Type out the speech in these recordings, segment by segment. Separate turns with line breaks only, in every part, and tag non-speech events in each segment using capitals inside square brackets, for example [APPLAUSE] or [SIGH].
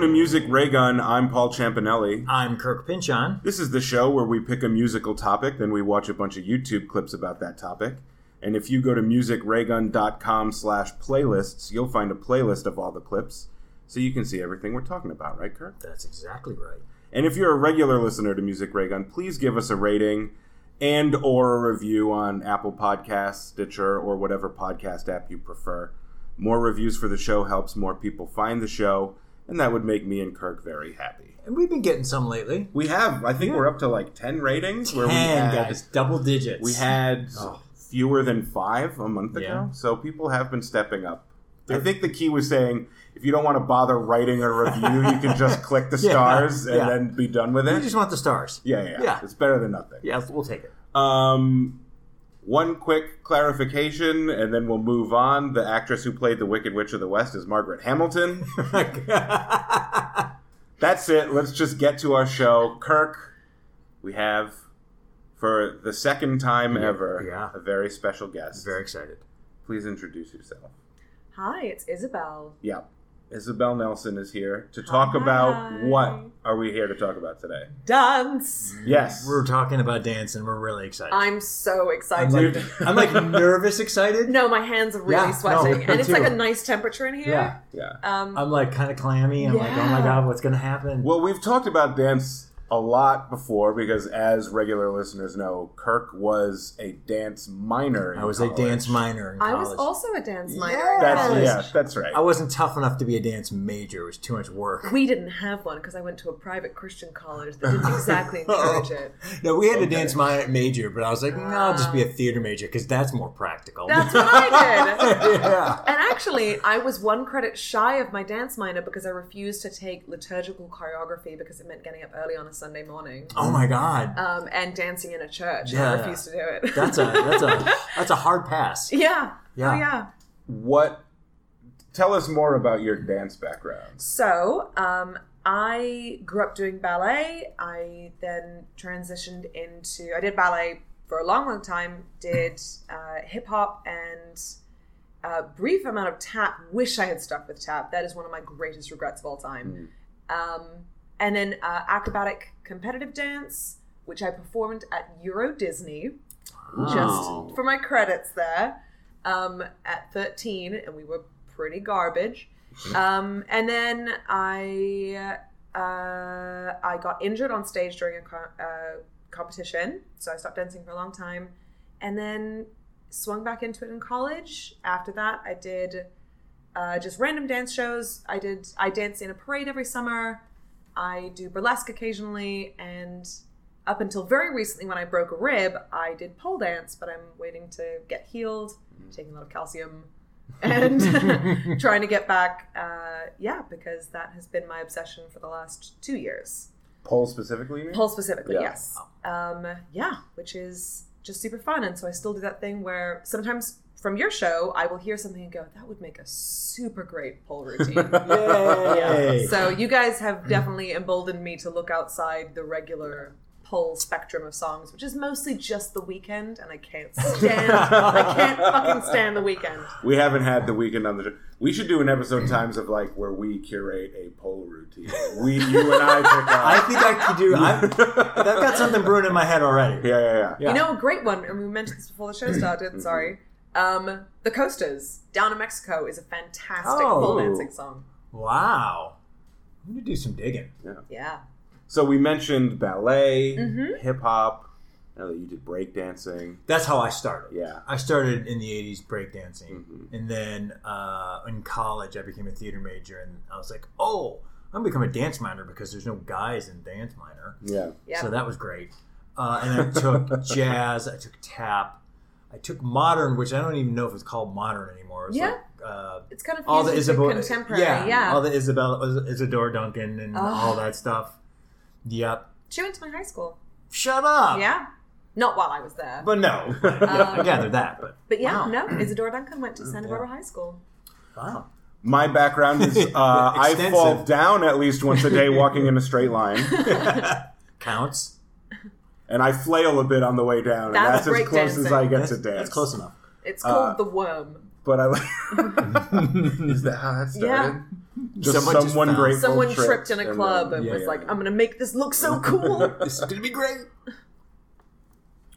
to Music Raygun. I'm Paul Champanelli.
I'm Kirk Pinchon.
This is the show where we pick a musical topic, then we watch a bunch of YouTube clips about that topic. And if you go to musicraygun.com slash playlists, you'll find a playlist of all the clips, so you can see everything we're talking about, right, Kirk?
That's exactly right.
And if you're a regular listener to Music Raygun, please give us a rating and or a review on Apple Podcasts, Stitcher, or whatever podcast app you prefer. More reviews for the show helps more people find the show, and that would make me and Kirk very happy.
And we've been getting some lately.
We have, I think we're up to like 10 ratings where we
Ten,
had,
guys, double digits.
we had
Oh.
fewer than 5 a month ago,
Yeah.
so people have been stepping up. I think the key was saying if you don't want to bother writing a review, you can just
[LAUGHS]
click the
Yeah,
stars and
yeah.
then be done with
We
it.
just want the stars.
yeah, yeah, yeah.
Yeah.
It's better than nothing.
Yeah, we'll take it.
Um, one quick clarification, and then we'll move on. The actress who played the Wicked Witch of the West is Margaret Hamilton. That's it. Let's just get to our show. Kirk, we have, for the second time ever,
yeah.
a very special guest.
[LAUGHS] Very excited.
Please introduce yourself.
Hi, it's Isabel.
Yeah. Isabel Nelson is here to talk about
Hi.
what are we here to talk about today?
Dance!
Yes.
We're talking about dance, and we're really excited.
I'm so
I'm
excited.
like, I'm like
[LAUGHS]
nervous excited.
no, my hands are really
Yeah, no,
sweating.
me
and it's
too.
like a nice temperature in here.
Yeah.
yeah.
Um,
I'm like kind of clammy. I'm like, oh my
Yeah.
god, what's gonna happen?
Well, we've talked about dance a lot before because, as regular listeners know, Kirk was a dance minor. In
I was
college.
a dance minor in
I
college.
was also a dance minor. in
That's
college.
yeah, that's right.
I wasn't tough enough to be a dance major. It was too much work.
We didn't have one because I went to a private Christian college
[LAUGHS]
that didn't exactly
Oh.
encourage it.
No, we had a
Okay.
dance mi- major, but I was like, no, I'll just be a theater major because that's more practical.
That's what I
[LAUGHS]
did.
yeah.
And actually, I was one credit shy of my dance minor because I refused to take liturgical choreography because it meant getting up early on a Sunday morning
Oh my god,
um, and dancing in a church. I
Yeah.
refused to do it.
that's a that's a that's a hard pass.
[LAUGHS] yeah.
Yeah.
Oh, yeah.
what? Tell us more about your dance background.
So, um, I grew up doing ballet. I then transitioned into, I did ballet for a long, long time, did uh, hip hop and a brief amount of tap. Wish I had stuck with tap. That is one of my greatest regrets of all time. Um, and then uh, acrobatic competitive dance, which I performed at Euro Disney
Wow.
just for my credits there um, at 13 and we were pretty garbage um, and then i uh, i got injured on stage during a co- uh, competition so i stopped dancing for a long time and then swung back into it in college after that i did uh, just random dance shows i did i dance in a parade every summer i do burlesque occasionally and up until very recently when I broke a rib, I did pole dance, but I'm waiting to get healed, taking a lot of calcium, and [LAUGHS] trying to get back. Uh, yeah, because that has been my obsession for the last two years.
Pole specifically, you mean?
Pole specifically,
Yeah.
yes. Um, yeah, which is just super fun. And so I still do that thing where sometimes from your show, I will hear something and go, that would make a super great pole routine.
[LAUGHS] Yay.
So you guys have definitely emboldened me to look outside the regular pole spectrum of songs, which is mostly just the weekend, and
[LAUGHS]
I can't stand I can't fucking stand the weekend.
We haven't had the weekend on the show. We should do an episode times of like where we curate a pole routine. We, you and I pick
I
out.
think I could do. I've, I've got something brewing in my head already.
yeah, yeah, yeah.
Yeah.
You know a great one, and we mentioned this before the show started, sorry. Um, the Coasters, Down in Mexico is a fantastic
Oh.
pole dancing song.
Wow, I'm gonna do some digging.
Yeah.
So we mentioned ballet, hip hop. I know that you did break dancing.
That's how I started.
Yeah. Mm-hmm.
I started in the 80s breakdancing.
Hmm.
And then uh, in college, I became a theater major. And I was like, oh, I'm going to become a dance minor because there's no guys in dance minor.
Yeah.
Yeah.
So that was great. Uh, and I
[LAUGHS]
took jazz, I took tap, I took modern, which I don't even know if it's called modern anymore. It's
Yeah.
like, uh,
it's kind of
all the
fused
Isabel,
with contemporary, yeah.
all the Isabella, Isadora Duncan, and
Ugh.
all that stuff. Yep.
she went to my high school.
Shut up.
Yeah. Not while I was there. But,
Ah. But no,
[LAUGHS]
But, yeah, I
Um,
gathered that. But
yeah,
Wow.
no, Isadora Duncan went to Santa Barbara High School.
wow,
My background is uh, I
Extensive.
fall down at least once a day walking in a straight line,
counts.
and I flail a bit on the way down, and
That's
that's as close as
breakdancing.
I get
That's,
to dance.
that's close enough.
It's called The Worm.
But
[LAUGHS]
I like. Is that how that started? Just
Someone just
someone
found-
grateful
Someone
tripped,
tripped in a
and
club
then-
and
yeah,
was
yeah.
like, "I'm gonna make this look so cool."
This is gonna be great.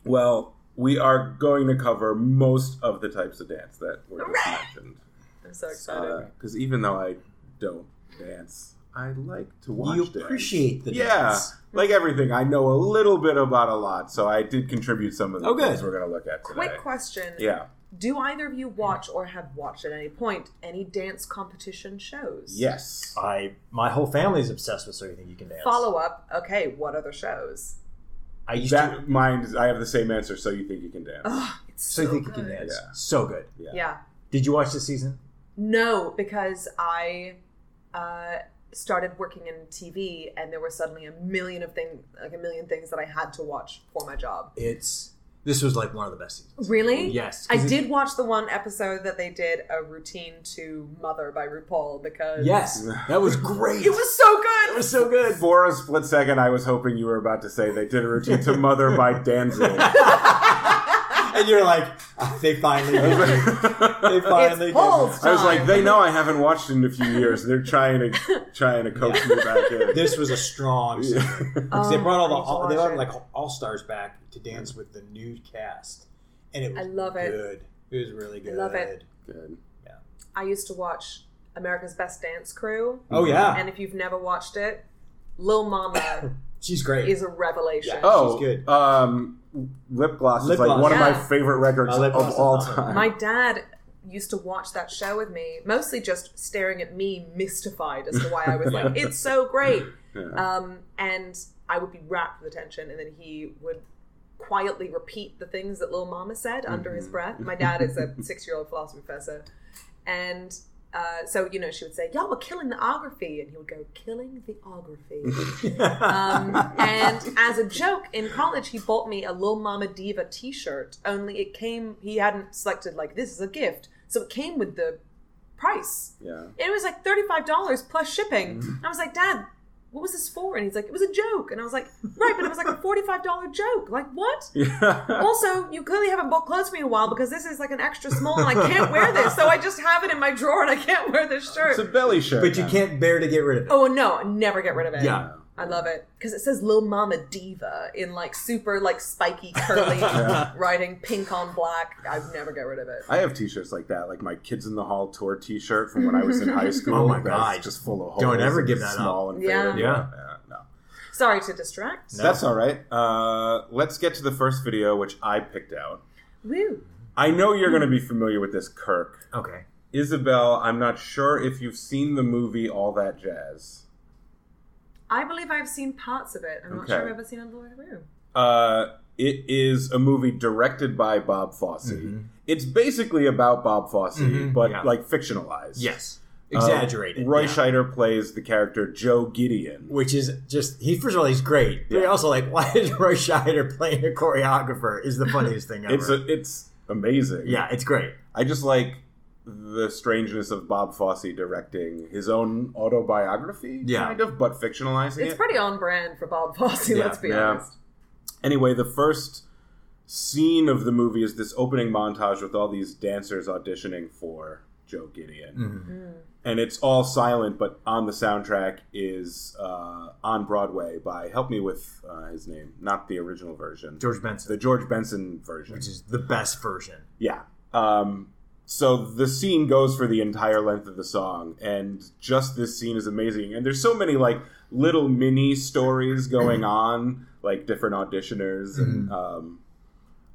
Well, we are going to cover most of the types of dance that were just mentioned.
I'm so excited.
Because even though I don't dance, I like to watch
You
dance.
appreciate the
yeah,
dance.
like everything. I know a little bit about a lot, so I did contribute some of the
Oh, good.
things we're going to look at today.
Quick question:
Yeah.
Do either of you watch or have watched at any point any dance competition shows?
Yes.
I my whole family's obsessed with so you think you can dance.
Follow up. Okay, what other shows?
I used to
That mind is, I have the same answer. So you think you can dance?
Ugh, it's
so,
so,
you think you can
good.
dance.
Yeah.
So good.
Yeah.
Yeah.
Did you watch this season?
No, because I uh, started working in TV, and there were suddenly a million of things, like a million things that I had to watch for my job.
It's this was like one of the best seasons.
Really?
Yes,
I
'cause it-
did watch the one episode that they did a routine to "Mother" by RuPaul because
Yes, that was great.
it was so [LAUGHS]
It
good.
was so good.
For a split second, I was hoping you were about to say they did a routine to "Mother" by
[LAUGHS]
Danzig.
and you're like, "Ah, they finally
[LAUGHS]
did it. They
I
finally
It's
did it."
Paul's.
was like, they know I haven't watched in a few years. They're trying
[LAUGHS]
to trying to coax me back [LAUGHS] in.
This was a strong. season.
Yeah.
'Cause they brought all the
Oh, I need to
all, they
watch
brought
it.
like all stars back to dance with the new cast, and it was
I love it.
Good, it was really good.
love it.
[LAUGHS] Good.
I used to watch America's Best Dance Crew,
Oh yeah,
and if you've never watched it, Lil
[COUGHS]
Mama
she's great. [LAUGHS]
is a revelation.
Yeah.
Oh,
good.
Um, lip gloss
Lip
is like
gloss.
one of my
Yeah.
favorite records
My lip gloss
of
is
all
awesome.
time.
My dad used to watch that show with me, mostly just staring at me, mystified as to why I was like, "It's so great,"
Yeah.
um, and I would be racked with attention, and then he would quietly repeat the things that Lil Mama said under his breath. My dad is a six-year-old philosophy professor, and. Uh, so you know, she would say, "Y'all were killing the ography," and he would go, "Killing the ography." Um, and as a joke in college, he bought me a Lil Mama Diva T-shirt. Only it came. He hadn't selected like this is a gift, so it came with the price.
yeah.
It was like thirty-five dollars plus shipping. I was like, Dad, what was this for? And he's like, It was a joke. And I was like, Right, but it was like a forty-five dollar joke. Like what?
Yeah. [LAUGHS]
Also, you clearly haven't bought clothes for me in a while because this is like an extra small, and I can't wear this. So I just have it in my drawer, and I can't wear this
It's a
shirt.
belly shirt.
but you
now.
can't bear to get rid of it.
Oh no, never get rid of it.
yeah,
I love it because it says "Lil Mama Diva" in like super like spiky curly
Yeah.
writing, pink on black. I'd never get rid of it.
I have T-shirts like that, like my "Kids in the Hall" tour T-shirt from when I was in
[LAUGHS]
high school.
Oh my
that's
God.
just full of holes.
Don't ever
and
give that up.
small And
Yeah.
faded.
Yeah.
no.
Sorry to distract.
No.
That's all right. Uh, let's get to the first video, which I picked out.
Woo.
I know you're going to be familiar with this, Kirk.
okay.
Isabel, I'm not sure if you've seen the movie All That Jazz.
I believe I've seen parts of it. I'm not
Okay.
sure I've ever seen Under the Room.
Uh, it is a movie directed by Bob Fosse.
Mm-hmm.
Mhm.
It's basically about Bob Fosse,
Mhm,
but
yeah.
like fictionalized.
Yes,
Uh,
exaggerated.
Roy
yeah.
Scheider plays the character Joe Gideon.
which is just he. First of all, he's great. But
Yeah.
you're also like, [LAUGHS] why is Roy Scheider playing a choreographer? Is the funniest
[LAUGHS]
thing ever.
It's a, it's amazing.
yeah, it's great.
I just like the strangeness of Bob Fosse directing his own autobiography,
Yeah.
kind of, but fictionalizing
It's
it.
pretty on brand for Bob Fosse.
Yeah,
let's be
yeah.
honest.
anyway, the first scene of the movie is this opening montage with all these dancers auditioning for Joe Gideon.
Mhm.
Mm.
and it's all silent, but on the soundtrack is uh, on Broadway by help me with uh, his name, not the original version,
George
the
Benson,
George Benson version.
which is the best version.
Yeah. Um, so the scene goes for the entire length of the song, and just this scene is amazing. And there's so many like little mini stories
[CLEARS THROAT]
going on, like different auditioners,
Mm-hmm.
and um,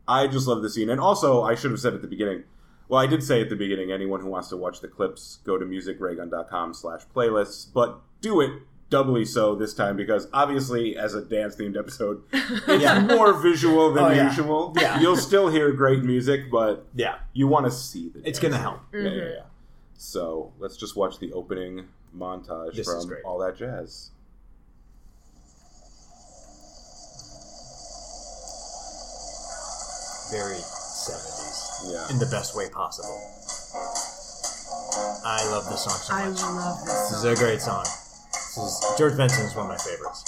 I just love the scene. And also, I should have said at the beginning. Well, I did say at the beginning, anyone who wants to watch the clips, go to musicraygun.com slash playlists, but do it doubly so this time because obviously, as a dance themed episode, it's
[LAUGHS] Yeah.
more visual than
Oh, yeah.
usual.
Yeah.
You'll still hear great music, but
Yeah,
you want to see the.
it's
dance.
gonna help.
Yeah, yeah, yeah. So let's just watch the opening montage
This is
from
great.
all that jazz.
Very seventies
Yeah.
in the best way possible. I love this song so much.
love this.
This is a great song. This is George Benson is one of my favorites.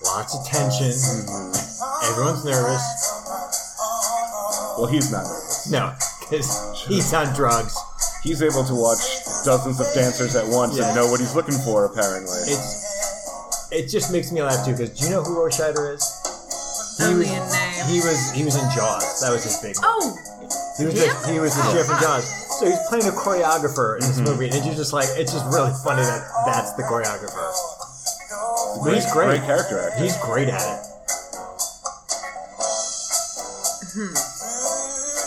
A Lots of tension. Everyone's nervous.
Well, he's not nervous.
No, because he's on drugs.
He's able to watch dozens of dancers at once
Yeah.
and know what he's looking for, apparently.
It's it just makes me laugh too. Because do you know who Roy Scheider is?
Only in name.
He was he was in Jaws. That was his big.
oh,
He was the, he was the sheriff in Jaws. So he's playing a choreographer in this movie, and you're just like, it's just really funny that that's the choreographer. But he's great.
Great character actor.
He's great at it.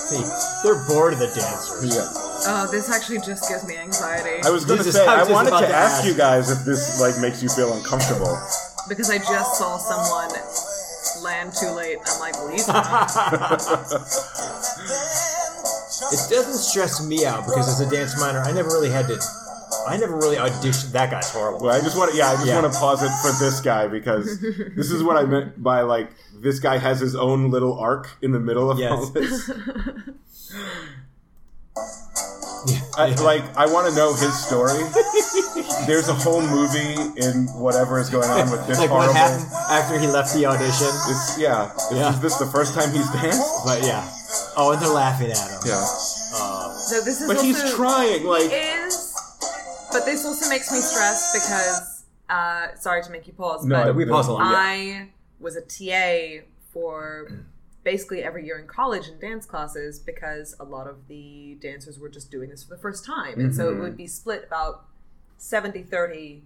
See, they're bored of the dancers.
yeah.
oh, this actually just gives me anxiety
I was going to
Jesus,
say,
I
I
was just
wanted
about
to
to
ask
ask.
you guys if this like makes you feel uncomfortable. [LAUGHS]
because I just saw someone land too late. I'm like, Lisa.
[LAUGHS] It doesn't stress me out because as a dance minor, I never really had to. I never really auditioned. That guy's horrible.
Well, I just want to, yeah, I just
Yeah.
want to pause it for this guy because this is what I meant by like this guy has his own little arc in the middle of
Yes.
all this.
Yeah.
I, like, I want to know his story. There's a whole movie in whatever is going on with this
like what
horrible.
happened after he left the audition.
This, yeah, Is-
Yeah.
is this the first time he's danced?
But yeah. Oh, and they're laughing at him.
Yeah,
so this is
but he's
also-
trying. Like,
is, but this also makes me stressed because, uh, sorry to make you pause,
No,
But
but
we pause a lot.
I was a TA for basically every year in college in dance classes because a lot of the dancers were just doing this for the first time. And so it would be split about 70 30,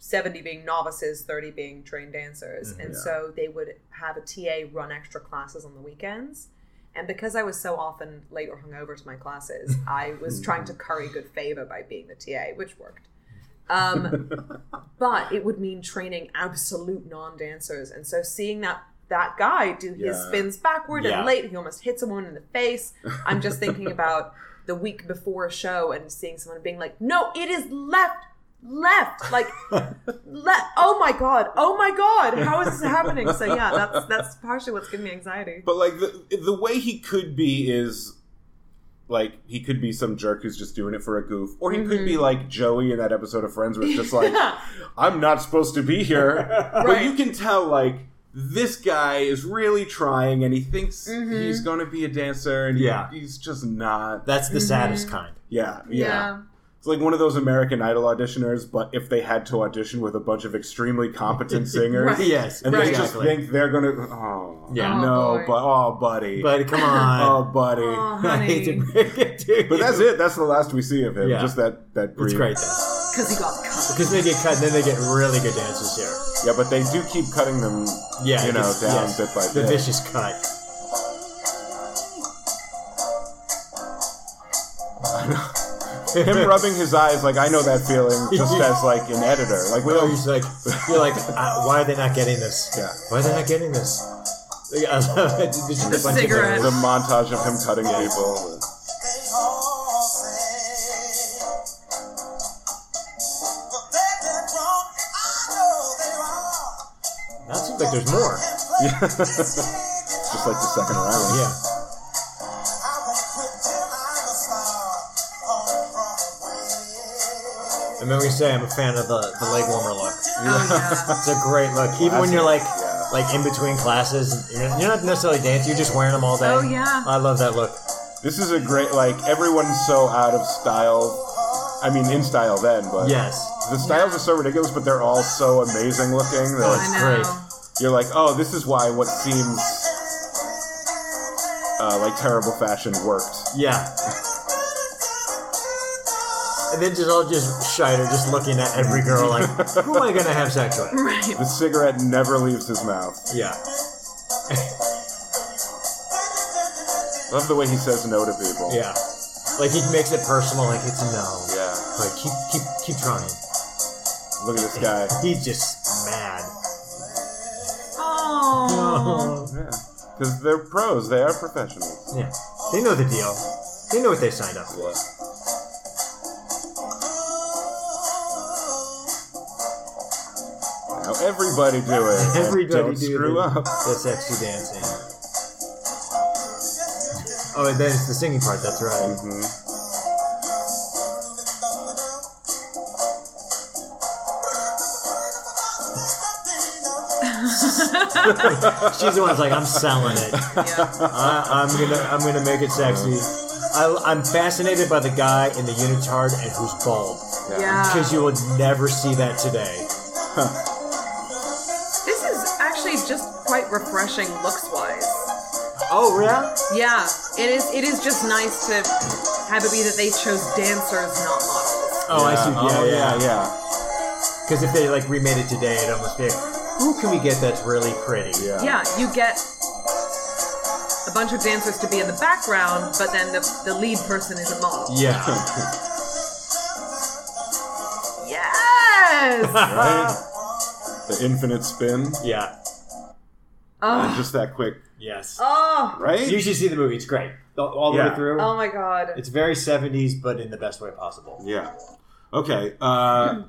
70 being novices, 30 being trained dancers. And so they would have a TA run extra classes on the weekends. And because I was so often late or hungover to my classes, I was trying to curry good favor by being the TA, which worked. Um, but it would mean training absolute non-dancers, and so seeing that that guy do his
Yeah.
spins backward
Yeah.
and late, he almost hits someone in the face.
[LAUGHS]
I'm just thinking about the week before a show and seeing someone being like, "No, it is left."
[LAUGHS]
Left, like, left. Oh my god! Oh my god! How is this happening? So yeah, that's that's partially what's giving me anxiety.
[LAUGHS] But like the the way he could be is like he could be some jerk who's just doing it for a goof, or he could be like Joey in that episode of Friends, where it's just
[LAUGHS]
like I'm not supposed to be here. But
Right.
you can tell like this guy is really trying, and he thinks he's going to be a dancer, and he-
Yeah.
he's just not.
That's the saddest
Mm-hmm.
kind.
Yeah, yeah, It's like one of those American Idol auditioners, but if they had to audition with a bunch of extremely competent singers.
[LAUGHS] Right.
Yes.
And
Right.
they just
exactly.
think they're gonna. Oh,
Yeah.
Oh,
no,
boy.
but oh, buddy,
But uh, come
[LAUGHS]
on.
oh, buddy.
Oh,
[LAUGHS] I hate to
honey.
break it to you.
But that's it. That's the last we see of him.
Yeah.
Just that that brief.
It's great though.
Because he got cut.
Because they get cut, then they get really good dancers here.
Yeah, but they do keep cutting them.
Yeah,
you know,
it's-
down
yes,
bit by
The
bit.
vicious cut.
[LAUGHS]
[LAUGHS]
Him rubbing his eyes, like I know that feeling, just as like an editor. Like we
Where
always.
he's like, you're like, uh, why are they not getting this?
Yeah.
Why are they not getting this? Like, I love it. It's just a bunch of
cigarette.
The montage of him cutting people.
That seems like there's
[LAUGHS]
more.
Yeah. just like the second round.
Yeah. I'm gonna say I'm a fan of the, the leg warmer look.
Oh,
It's a great look. Even when you're like
Yeah.
like in between classes, you're you're not necessarily dancing. You're just wearing them all day.
Oh, yeah.
I love that look.
This is a great. Like everyone's so out of style. I mean, in style then, but
Yes.
The styles are so ridiculous, but they're all so amazing looking.
yeah.
That
I know.
great.
you're like, oh, this is why what seems uh, like terrible fashion worked.
Yeah. And then just all just Scheider just looking at every girl like, who am I gonna have sex
[LAUGHS]
with?
Right.
[LAUGHS] The cigarette never leaves his mouth.
Yeah.
Love the way he says no to people.
Yeah. Like he makes it personal. Like it's a no.
Yeah.
Like keep keep keep trying.
Look at this guy.
He's just mad. [LAUGHS]
[LAUGHS]
Oh.
Yeah. Because they're pros. They are professionals.
Yeah. They know the deal. They know what they signed up for.
Now everybody do it. and
[LAUGHS] Everybody
don't
do
screw
the,
up.
the sexy dancing. Oh, and then it's the singing part. That's right.
Mm-hmm.
She's the one that's like, I'm selling it.
[LAUGHS] Yeah.
I, I'm gonna I'm gonna make it sexy. I, I'm fascinated by the guy in the unitard and who's bald
Yeah.
because you would never see that today.
This is actually just quite refreshing looks wise.
Oh yeah,
Yeah, it is. It is just nice to have it be that they chose dancers, not models.
Oh, I see. Yeah,
Oh,
yeah, yeah.
yeah,
Because if they like remade it today, it'd almost be like, who can we get that's really pretty?
yeah,
Yeah, you get a bunch of dancers to be in the background, but then the, the lead person is a model.
Yeah.
Yes.
[LAUGHS] right? The infinite spin,
[LAUGHS] yeah.
and
oh,
just that quick,
Yes.
oh,
right?
You should see the movie. It's great all, all the
Yeah.
way through.
oh my god.
it's very 70s, but in the best way possible.
Yeah. Okay. Uh,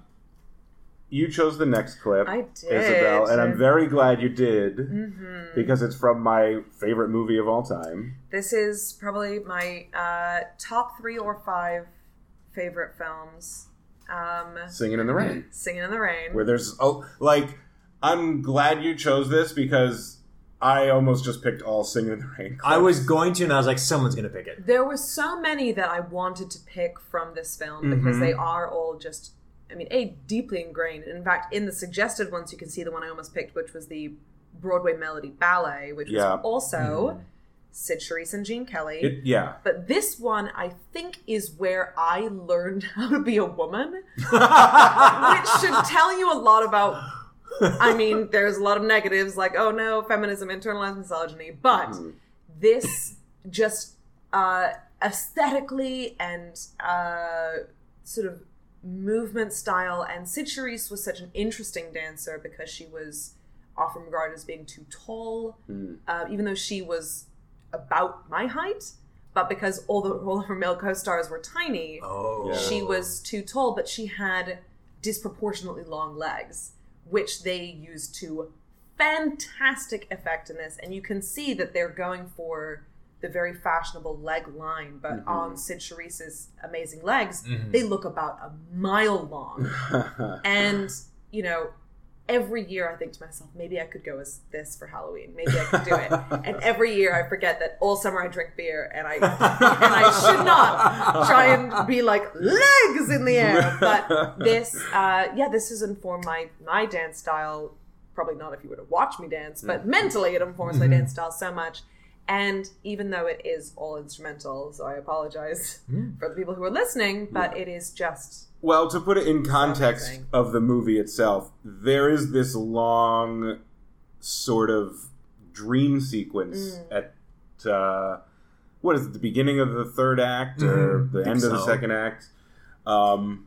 you chose the next clip,
I did. Mm. Mm-hmm.
Isabel, and I'm very glad you did because it's from my favorite movie of all time.
This is probably my uh, top three or five favorite films. Um,
Singing in the Rain,
Singing in the Rain.
where there's oh, like I'm glad you chose this because I almost just picked all Singing in the Rain.
I was going to, and I was like, someone's going to pick
[LAUGHS]
it.
there were so many that I wanted to pick from this film
Mm-hmm.
because they are all just, I mean, a deeply ingrained. In fact, in the suggested ones, you can see the one I almost picked, which was the Broadway Melody Ballet, which
Yeah.
was also Sid Charisse and Gene Kelly.
It- yeah.
but this one, I think, is where I learned [LAUGHS] how to be a woman,
[LAUGHS]
which should tell you a lot about. I mean, there's a lot of negatives like, oh no, feminism, internalized misogyny, but
Mm.
this just uh, aesthetically and uh, sort of movement style. And Sid Charisse was such an interesting dancer because she was often regarded as being too tall,
Hmm,
uh, even though she was about my height. But because all the all of her male co-stars were tiny,
[LAUGHS] Oh.
Yeah.
she was too tall, but she had disproportionately long legs, which they used to fantastic effect in this. And you can see that they're going for the very fashionable leg line, but on Sid Charisse's amazing legs, they look about a mile long.
hmm. [LAUGHS]
and, you know, every year I think to myself, maybe I could go as this for Halloween. Maybe I could do it. and every year I forget that all summer I drink beer and
[LAUGHS]
I and I should not try and be like legs in the air. But this, uh, yeah, this has informed my my dance style. Probably not if you were to watch me dance, but
Mm.
mentally it informs my
Mm-hmm.
dance style so much. And even though it is all instrumental, so I apologize
Mm.
for the people who are listening, but it is just
Well, to put it in context
Something.
of the movie itself, there is this long sort of dream sequence at uh, what is it, the beginning of the third act or
Mhm,
the
think
end of the
so.
second act, um,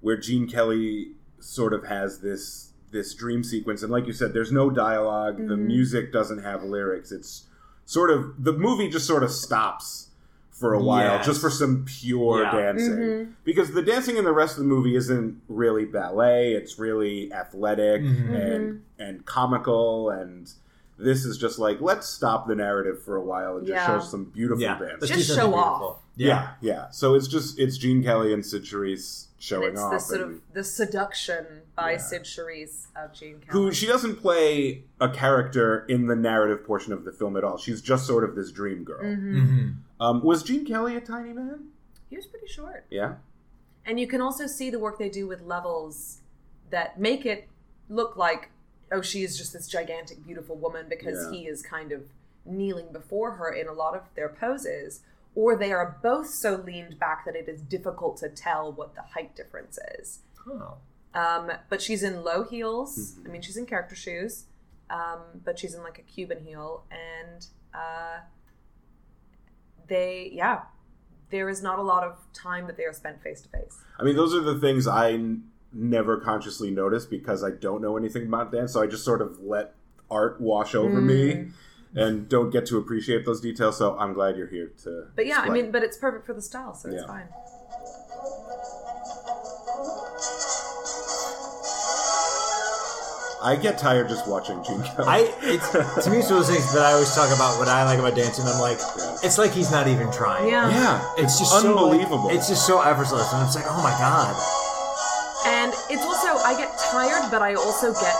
where Gene Kelly sort of has this this dream sequence, and like you said, there's no dialog The music doesn't have lyrics. It's sort of the movie just sort of stops for a while,
Yes.
just for some pure
Yeah.
dancing
Mm-hmm.
because the dancing in the rest of the movie isn't really ballet it's really athletic
Mm-hmm.
Mhm.
and and comical and this is just like let's stop the narrative for a while and just
Yeah.
show some beautiful
Yeah.
dance
Let's
Just
do something
show off.
beautiful.
yeah. yeah so it's just it's gene kelly and sid Charisse showing
it's
off
the sort
and-
of the seduction by Sid Charisse of Gene Kelly.
who she doesn't play a character in the narrative portion of the film at all she's just sort of this dream girl
Mm-hmm.
Mhm.
um, was gene kelly a tiny man
He was pretty short.
yeah
And you can also see the work they do with levels that make it look like, oh, she is just this gigantic, beautiful woman because
Yeah.
he is kind of kneeling before her in a lot of their poses. Or they are both so leaned back that it is difficult to tell what the height difference is.
Oh.
Um, but she's in low heels. I mean, she's in character shoes, um, but she's in like a Cuban heel. And uh, they, yeah, there is not a lot of time that they are spent face to face.
I mean, those are the things I n- never consciously notice because I don't know anything about dance, so I just sort of let art wash over
Mm.
me and don't get to appreciate those details. So I'm glad you're here to.
But yeah, I
display.
mean, but it's perfect for the style, so it's
Yeah.
fine.
I get tired just watching Gene Kelly.
I
[LAUGHS]
it's to me it's one of those things that I always talk about what I like about dancing. I'm like,
Yeah.
it's like he's not even trying.
Yeah.
yeah,
It's just so, like,
unbelievable.
it's just so effortless, and I'm just like, oh my god.
And it's also I get tired, but I also get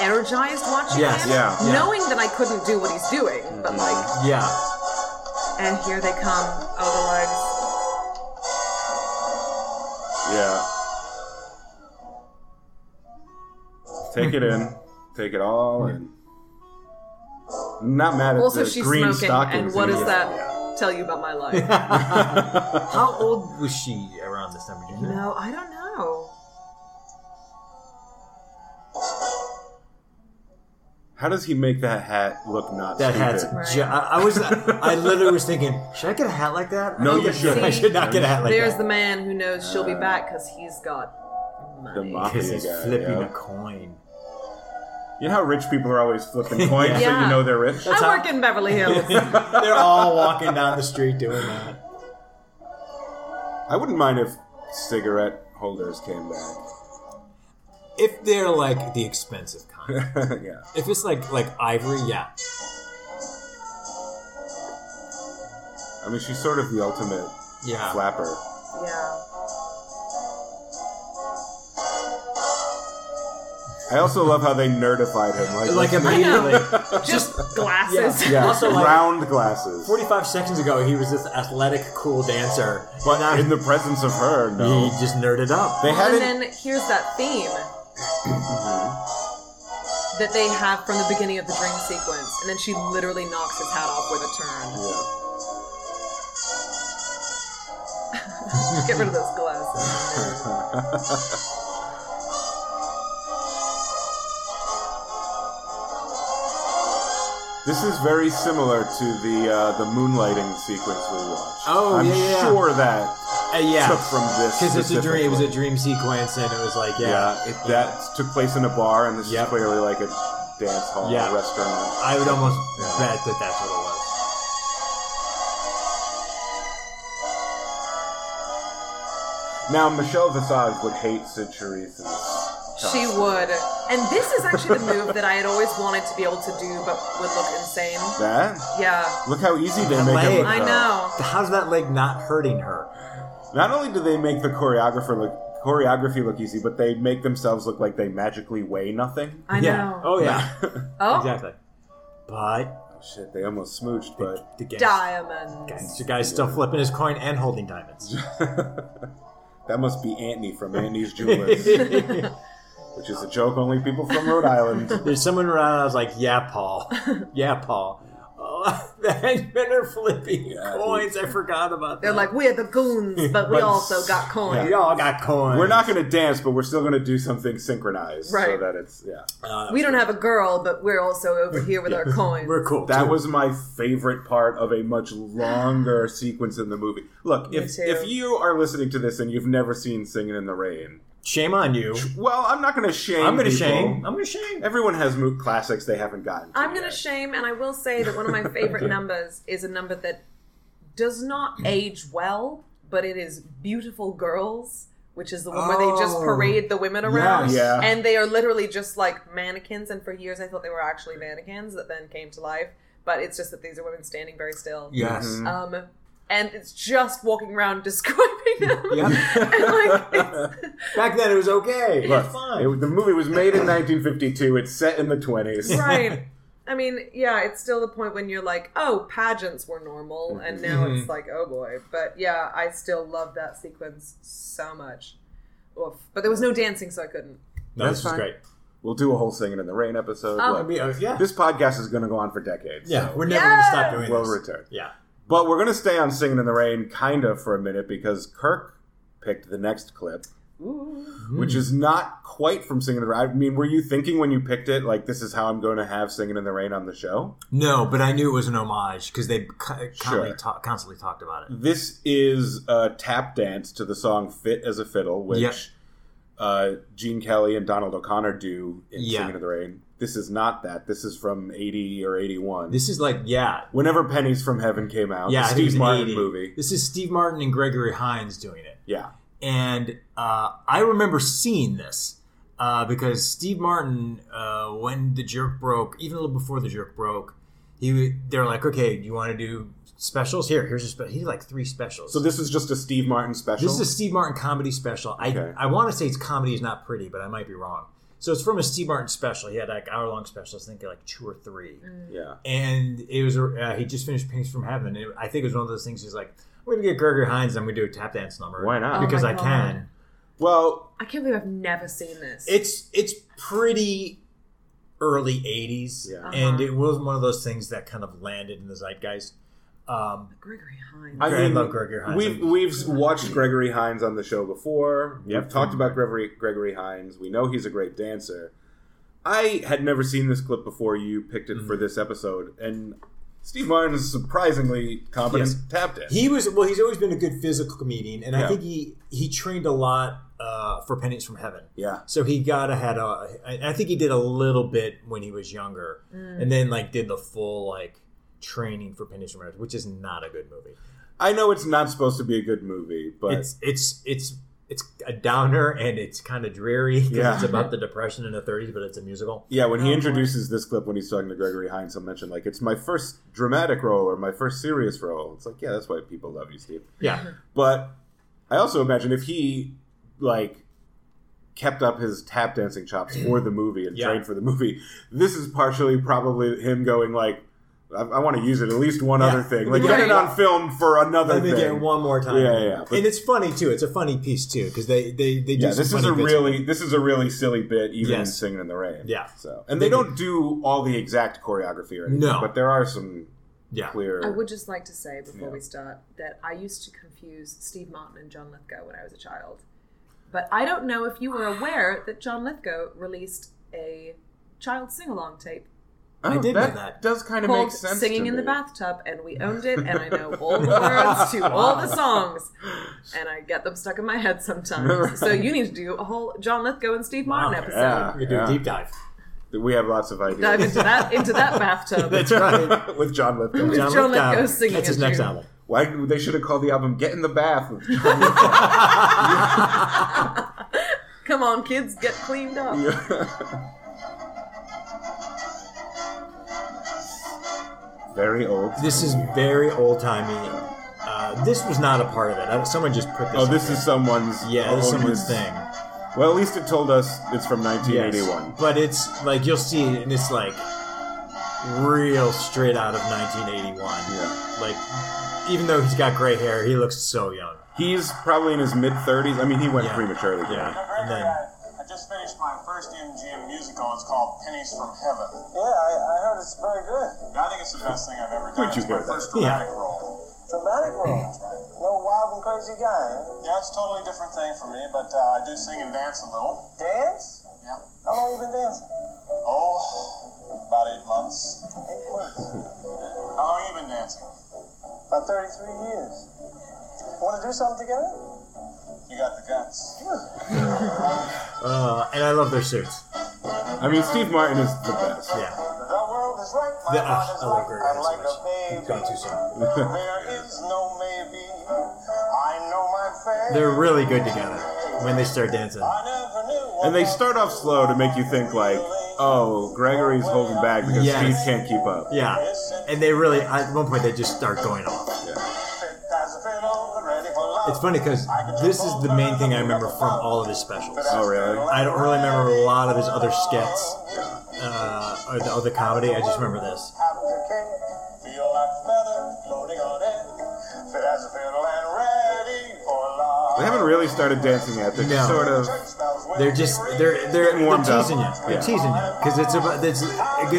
energized watching
Yes,
him,
yeah,
yeah.
knowing that I couldn't do what he's doing. But like,
[LAUGHS]
Yeah. [LAUGHS]
and here they come. Oh,
Yeah. Take it
[LAUGHS]
in. Take it all in. I'm not mad
the
at
legs. Also,
the
she's
green
smoking,
stockings.
and what
in
does
the-
that tell you about my life?
[LAUGHS] How old was she around this time? Do you know?
No, I don't know.
[LAUGHS] How does he make that hat look not
That
stupid?
hat's. Ju- I, I was. I literally was thinking, should I get a hat like that? I
No,
don't
you
think I should. I
See,
should not get a hat like
There's
that.
the man who knows she'll be back because he's got
The
money.
mafia
Because he's
guy.
flipping
yeah.
a coin.
You know how rich people are always
[LAUGHS]
flipping coins, so
Yeah.
you know they're rich.
I
[LAUGHS]
how-
work in Beverly Hills.
They're all walking down the street doing that.
I wouldn't mind if cigarette holders came back. [LAUGHS]
If they're like the expensive kind.
yeah.
If it's like like ivory, yeah.
I mean, she's sort of the ultimate
Yeah.
flapper.
yeah.
I also love how they nerdified him. Like,
Like
let's- [LAUGHS]
immediately.
Just glasses.
Yeah.
[LAUGHS]
yeah,
Also, like-
round glasses.
45 seconds ago, he was this athletic, cool dancer. But now
in the presence of her, no.
he just nerded up.
They
And
hadn't.
then here's that theme that they have from the beginning of the dream sequence, and then she literally knocks his hat off with a turn.
Yeah.
Get rid of those glasses.
[LAUGHS] This is very similar to the uh, the moonlighting sequence we watched.
Oh,
I'm
yeah, yeah.
sure that
Uh, yeah.
took from this
Because it's a dream. It was
specifically.
a dream sequence, and it was like, yeah.
Yeah, it, that took place in a bar, and this
Yep.
is clearly like a dance hall
Yeah.
restaurant.
I would almost bet that that's what it was.
Now, Michelle Visage would hate Sid Charisse's
She
costume.
would. And this is actually the move that I had always wanted to be able to do, but would look insane.
That?
Yeah.
Look how easy they
That
make it
leg.
look.
I
though.
know.
How's that leg not hurting her?
Not only do they make the choreographer look choreography look easy, but they make themselves look like they magically weigh nothing.
I
yeah.
know.
[LAUGHS]
Oh, yeah.
Oh,
Exactly. But
Shit, they almost smooched, but [LAUGHS]
the guy's,
diamonds.
the guy's still flipping his coin and holding diamonds.
that must be Antony from Antony's
[LAUGHS]
Jewelers, which is a joke only people from Rhode Island.
[LAUGHS] There's someone around. I was like, "Yeah, Paul. Yeah, Paul." Oh, [LAUGHS] the henchmen are flipping
Yeah.
coins. I forgot about
They're
that.
like, we're the goons, but
[LAUGHS]
we
But-
also got coins.
we all got coins.
We're not going to dance, but we're still going to do something synchronized, so
Right.
that it's yeah.
Uh,
We don't have a girl, but we're also
[LAUGHS]
over here with our coins.
we're cool.
That
too.
was my favorite part of a much
[SIGHS]
longer sequence in the movie. Look,
Me
if
too.
if you are listening to this and you've never seen Singing in the Rain,
shame on you.
well, I'm not going to shame.
I'm gonna
people.
shame. I'm gonna shame.
Everyone has moot classics they haven't gotten.
I'm going to
yet.
shame, and I will say that one of my favorite numbers is a number that does not age well, but it is Beautiful Girls, which is the one where they just
Oh.
parade the women around.
Yeah.
And they are literally just like mannequins, and for years I thought they were actually mannequins that then came to life, but it's just that these are women standing very still.
yes.
Um, and it's just walking around [LAUGHS] describing them. [LAUGHS]
Yeah.
And,
[LAUGHS]
like, it's-
Back then it was okay.
Look,
it's fine.
it- the movie was made in 1952. It's set in the 20s.
right. I mean, yeah, it's still the point when you're like, oh, pageants were normal, and now it's like, oh boy. But yeah, I still love that sequence so much. Oof. But there was no dancing, so I couldn't.
no,
That's
this
fine.
is great.
We'll do a whole Singing in the Rain episode.
Oh.
I
Look,
mean, uh, yeah.
this podcast is going to go on for decades.
yeah.
so
We're never
Yeah.
gonna stop doing
we'll
this.
return.
yeah.
But we're going to stay on Singing in the Rain kind of for a minute because Kirk picked the next clip,
Ooh.
which is not quite from Singing in the Rain. I mean, were you thinking when you picked it, like, this is how I'm going to have Singing in the Rain on the show?
No, but I knew it was an homage because they co- constantly,
Sure.
ta- constantly talked about it.
This is a tap dance to the song Fit as a Fiddle, which
Yeah.
uh, Gene Kelly and Donald O'Connor do in
Yeah.
Singing in the Rain. This is not that. This is from 80 or 81.
This is like, yeah,
Whenever Pennies from Heaven came out,
yeah,
the
I think it
Steve
was
Martin
80.
movie.
This is Steve Martin and Gregory Hines doing it,
Yeah.
and uh, I remember seeing this uh, because Steve Martin, uh, when the jerk broke, even a little before the jerk broke, he they're like, okay, do you want to do specials? Here, here's a special. He had like three specials.
So this is just a Steve Martin special.
This is a Steve Martin comedy special. I
Okay.
I want to say it's comedy is not pretty, but I might be wrong. So it's from a Steve Martin special. He had like hour long specials, I think like two or three.
Yeah.
And it was uh, he just finished Paintings from Heaven. And I think it was one of those things. He's like, I'm gonna get Gregory Hines. and I'm gonna do a tap dance number.
Why not? Oh
Because
my
I
God.
can.
Well,
I can't believe I've never seen this.
It's it's pretty early '80s,
Yeah. Uh-huh.
and it was one of those things that kind of landed in the zeitgeist. Um,
Gregory Hines.
I
I
mean,
love Gregory Hines.
we've we've watched Gregory Hines on the show before.
Yep.
We've talked about Gregory Gregory Hines. We know he's a great dancer. I had never seen this clip before you picked it for
Mm-hmm.
this episode, and Steve Martin is a surprisingly competent
Yes.
tap dancer.
He was well. He's always been a good physical comedian, and
Yeah.
I think he he trained a lot uh, for Pennies from Heaven.
yeah,
So he got ahead. Of, I I think he did a little bit when he was younger, and then like did the full like training for Pennies from Heaven, which is not a good movie.
I know it's not supposed to be a good movie, but
it's it's it's it's a downer and it's kind of dreary because
Yeah.
it's about the depression in the 30s, but it's a musical.
Yeah, when he
Oh,
introduces this clip when he's talking to Gregory Hines, he'll mention like it's my first dramatic role or my first serious role. It's like, yeah, that's why people love you, Steve.
Yeah,
But I also imagine if he like kept up his tap dancing chops for the movie and
Yeah.
trained for the movie, this is partially probably him going like, I, I want to use it at least one
Yeah.
other thing, like
Right.
get it on film for another
[LAUGHS] let me
thing.
get it one more time.
Yeah, yeah, yeah. But-
and it's funny too. It's a funny piece too because they they they do
yeah, this
some
is a
funny bits.
really this is a really silly bit, even in
Yes.
Singing in the Rain.
Yeah.
So, and they don't do all the exact choreography or anything,
No.
but there are some
yeah.
clear.
I would just like to say before
Yeah.
we start that I used to confuse Steve Martin and John Lithgow when I was a child. But I don't know if you were aware that John Lithgow released a child sing along tape
Oh,
I did know
that,
that.
Does kind of make
called
sense.
Singing
to
in
me.
the Bathtub, and we owned it, and I know all the words to
[LAUGHS]
all the songs, and I get them stuck in my head sometimes.
Right.
[LAUGHS]
So you need to do a whole John Lithgow and Steve Martin
Wow,
episode.
yeah.
We could do a deep dive.
We have lots of ideas.
Dive into that into that
[LAUGHS]
bathtub.
That's
[LAUGHS]
right.
with John Lithgow.
John Lithgow singing
That's his
at
next
you.
album.
Why they should have called the album "Get in the Bath" with John Lithgow.
Come on, kids, get cleaned up.
[LAUGHS]
Very old.
This is very old timey. Uh, this was not a part of it. I, someone just put this.
Oh,
on
this
there.
is someone's.
yeah, this is
own-
someone's thing.
Well, at least it told us it's from
Yes.
1981.
But it's like you'll see it, and it's like real straight out of 1981.
Yeah.
Like, even though he's got gray hair, he looks so young.
He's probably in his mid 30s. I mean, he went
Yeah.
prematurely.
Yeah.
gay.
And then-
I just finished my first MGM musical. It's called Pennies from Heaven.
Yeah, I, I heard it's very good.
I think it's the best thing I've ever done.
Where'd you
it's my
hear that?
first
Yeah.
dramatic role.
Dramatic role. No wild and crazy guy. eh?
Yeah, it's a totally different thing for me, but uh, I do sing and dance a little.
Dance?
Yeah.
How long you been dancing?
Oh, about eight months.
Eight months.
How long you been dancing?
About 33 years. Want to do something together?
You got the guts.
Uh, and I love their suits.
I mean, Steve Martin is the best.
Yeah.
The world is right. My
The,
heart
uh,
is right.
I love Gregory
I'm
Hines so
like a
much. He's
baby.
[LAUGHS] gone too soon.
There is no maybe. I know my fair.
They're really good together when they start dancing.
I never knew what
And they start off slow to make you think, like, oh, Gregory's holding back because
Yes.
Steve can't keep up.
Yeah. And they really, at one point, they just start going off.
fit as a fiddle, ready for love.
It's funny because this is the main thing I remember from all of his specials.
Oh, really?
I don't really remember a lot of his other skits uh, or the other comedy. I just remember this.
Feel like feather floating on end. Fit as a fiddle and ready for love.
They haven't really started dancing yet. They're just
No.
sort of.
Church bells will
They're just they're they're,
Getting
they're
warmed up.
teasing you. They're
Yeah.
teasing you because it's about it's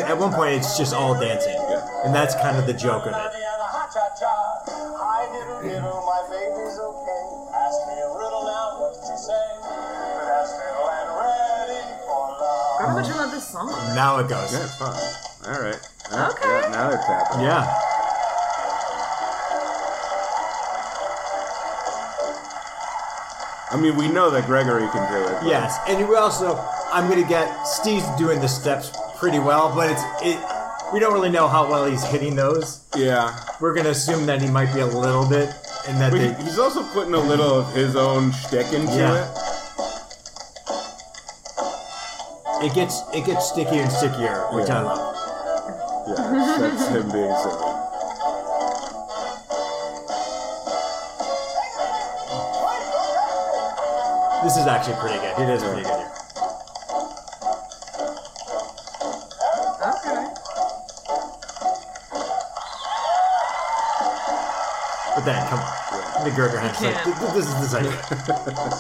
at one point it's just all dancing, and that's kind of the joke of it.
and a ha-cha-cha. Hi, diddle, diddle, my baby's okay. Ask me a riddle now, what did you say? Fit as a fiddle and ready for
I
love.
don't know you love this song.
Now it goes.
Yeah, it's fun. All right. Now-
Okay.
yeah, Now they're tapping.
Yeah.
I mean, we know that Gregory can do it. but-
Yes, and you also I'm gonna get Steve's doing the steps pretty well, but it's it. We don't really know how well he's hitting those.
Yeah.
We're gonna assume that he might be a little bit, and that
But
they.
he- he's also putting a little of his own shtick into
Yeah.
it.
It gets it gets stickier and stickier, which
Yeah.
I love.
Yeah.
[LAUGHS]
That's him being silly.
This is actually pretty good. It is pretty good here. But then, come on. McGregor has
You
like,
can't.
"Th- this is the idea.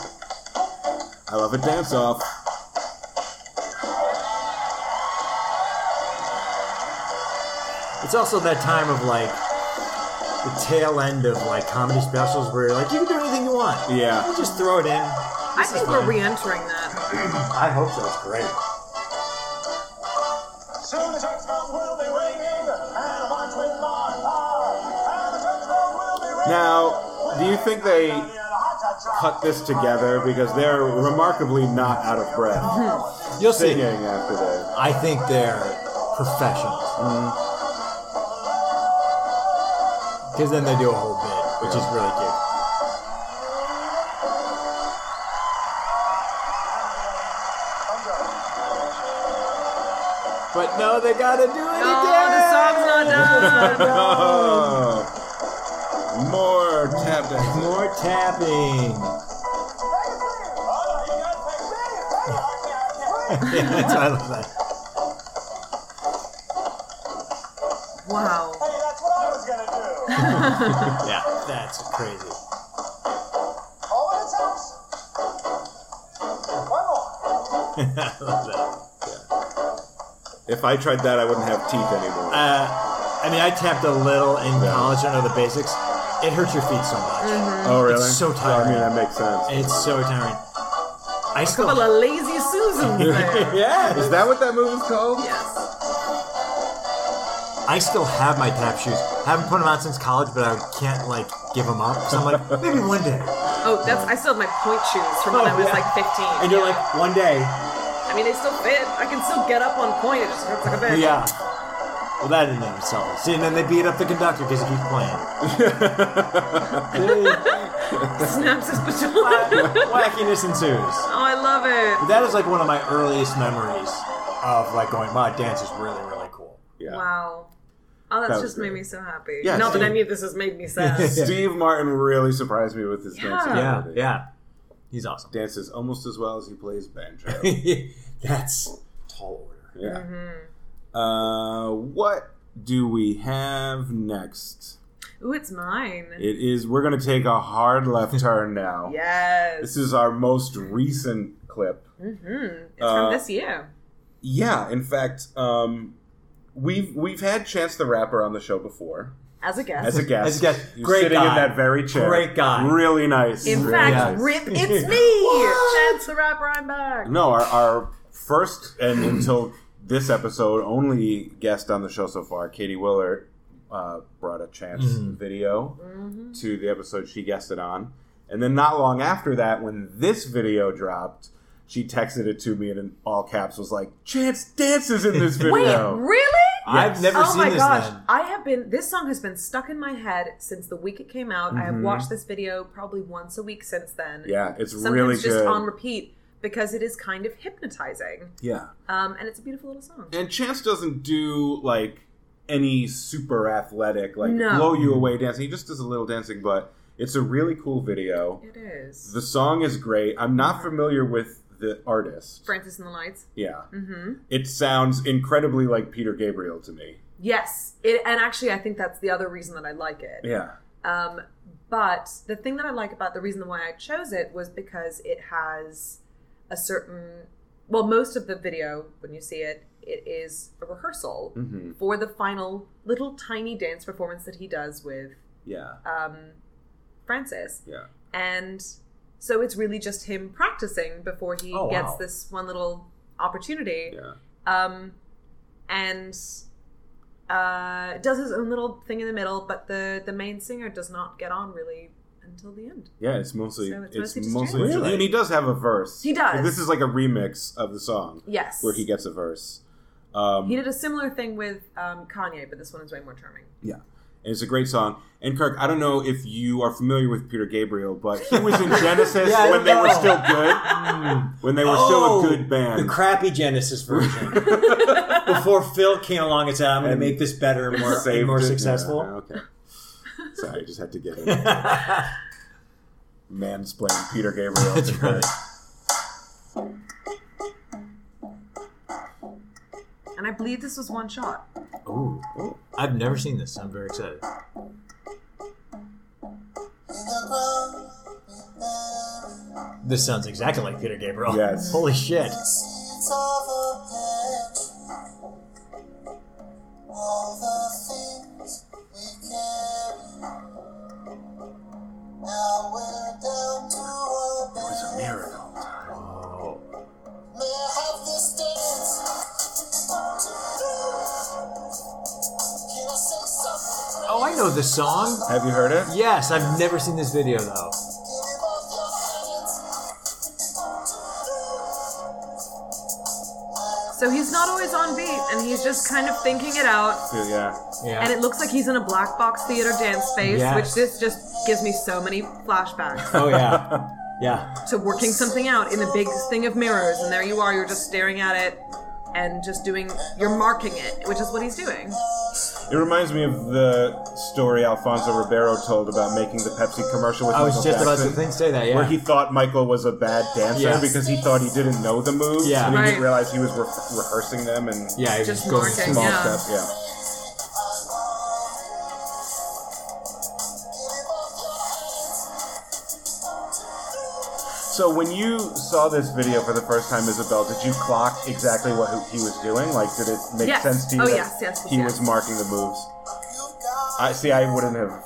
I love a dance off.
It's also that time of like the tail end of like comedy specials where you're like, you can do anything you want.
Yeah.
You just throw it in.
I think we're re-entering that.
I hope so. It's great.
Soon the church bells will be ringing, and watch with my heart. And the church bells will be ringing.
Now, do you think they cut this together because they're remarkably not out of breath
You'll [LAUGHS] see.
singing after this?
I think they're professionals. Because then they do a whole bit, which is really cute. But no, they gotta do it
No, Oh, the song's
[LAUGHS]
not done.
Oh, more tap dance.
More tapping. [LAUGHS] Yeah, that's why I love that.
Wow.
Yeah, that's crazy. [LAUGHS] I love that.
If I tried that, I wouldn't have teeth anymore.
Uh, I mean, I tapped a little in
Yeah.
college. I know the basics. It hurts your feet so much.
oh, really?
it's so
Well, I
tiring.
mean, that makes sense.
It's so tiring. I still.
Couple of lazy Susans
[LAUGHS]
there.
yeah.
Is that what that movie's
[LAUGHS]
called?
Yes.
I still have my tap shoes. haven't put them on since college, but I can't like give them up. So I'm like, [LAUGHS] maybe one day.
Oh, that's I still have my point shoes from when
Oh,
I was
yeah.
like 15.
And you're like, one day.
I mean, they still fit. I can still get up on point. It just hurts like a bitch.
Yeah. Well, that in and of itself. See, and then they beat up the conductor because he keeps playing.
[LAUGHS] Snaps his
[LAUGHS]
baton.
Wackiness ensues.
oh, I love it.
That is like one of my earliest memories of like going, wow, dance is really, really cool.
Yeah.
Wow. Oh, that's
That was
just made
great.
me so happy.
Yeah,
Not that
see-
any of this has made
[LAUGHS]
me sad.
Steve Martin really surprised me with his
Yeah.
dancing.
Yeah,
Yeah,
ability.
yeah. He's awesome.
Dances almost as well as he plays banjo.
[LAUGHS] That's tall order.
Yeah.
Mm-hmm.
Uh, what do we have next?
Ooh, it's mine.
It is. We're gonna take a hard left turn now.
[LAUGHS] Yes.
This is our most recent clip.
Mm-hmm. It's from
uh,
this year.
Yeah. In fact, um, we've we've had Chance the Rapper on the show before
As a guest.
as a guest.
As a guest.
He was
Great
sitting in
guy.
that very chair.
Great guy.
Really nice.
In
really
fact,
nice. [LAUGHS]
rip, it's me! Chance the Rapper, I'm back.
No, our, our first and until this episode only guest on the show so far, Katie Willard, uh, brought a chance video
Mm-hmm.
to the episode she guested on. And then not long after that, when this video dropped, she texted it to me and in all caps was like, Chance dances in this
Wait,
video.
really?
I've never
oh
seen
my
this
gosh
man.
i have been this song has been stuck in my head since the week it came out i have watched this video probably once a week since then
Mm-hmm. Yeah, it's
sometimes
really
just
good.
on repeat because it is kind of hypnotizing
yeah.
um, and it's a beautiful little song
And Chance doesn't do like any super athletic, like
No.
blow you away dancing. He just does a little dancing, but it's a really cool video.
it is
The song is great. I'm not familiar with the artist.
francis and the lights
Yeah.
mm-hmm.
It sounds incredibly like Peter Gabriel to me.
yes it, and actually i think that's the other reason that i like it
Yeah.
Um, but the thing that I like about the reason why I chose it was because it has a certain, well, most of the video, when you see it, it is a rehearsal
Mhm.
for the final little tiny dance performance that he does with
Yeah.
um, Francis.
Yeah.
And so it's really just him practicing before he
Oh,
gets
wow.
this one little opportunity.
Yeah.
Um, and uh, does his own little thing in the middle, but the the main singer does not get on really until the end.
Yeah, it's mostly
So it's
it's,
mostly just
mostly
Chance. Really?
and he does have a verse.
He does.
Like, This is like a remix of the song
Yes,
where he gets a verse. Um,
he did a similar thing with um, Kanye, but this one is way more charming.
Yeah. And it's a great song. And Kirk, I don't know if you are familiar with Peter Gabriel, but he
[LAUGHS]
was in Genesis
Yeah, I
when they were
know.
still good.
[LAUGHS]
When they were
Oh,
still a good band.
The crappy
[LAUGHS]
Genesis version. Before Phil came along and said, I'm going
And
to make this better and [LAUGHS] more,
Saved
and more
it. [LAUGHS]
successful.
Yeah, okay. Sorry, I just had to get in. mansplain Peter Gabriel.
That's right.
And I believe this was one shot.
Ooh. I've never seen this. I'm very excited. This sounds exactly like Peter Gabriel.
Yes.
[LAUGHS] Holy shit.
Seeds of a patch. All the things we carry. Now we're down to a
It was a
bare.
miracle.
Oh.
May I have this dance to do? Can I sing something?
oh, I know this song.
Have you heard it?
Yes, I've never seen this video though.
Give up your hands to do.
So he's not always on beat, and he's just kind of thinking it out.
Yeah.
Yeah.
And it looks like he's in a black box theater dance space,
Yes.
which this just gives me so many flashbacks
oh [LAUGHS] yeah. Yeah.
to working something out in the big thing of mirrors, and there you are, you're just staring at it and just doing, you're marking it, which is what he's doing.
It reminds me of the story Alfonso Ribeiro told about making the Pepsi commercial with
I was
Michael
just about
Jackson,
to think say that. Yeah.
Where he thought Michael was a bad dancer
Yes.
because he thought he didn't know the moves,
Yeah.
and he
Right.
didn't realize he was re- rehearsing them and
yeah. He
Just
was going
marking,
small
small.
yeah.
steps. Yeah. So when you saw this video for the first time, Isabel, did you clock exactly what he was doing? Like, did it make
Yes.
sense to you
Oh,
that
yes, yes,
he
yes.
was marking the moves?
You got
I see. I wouldn't have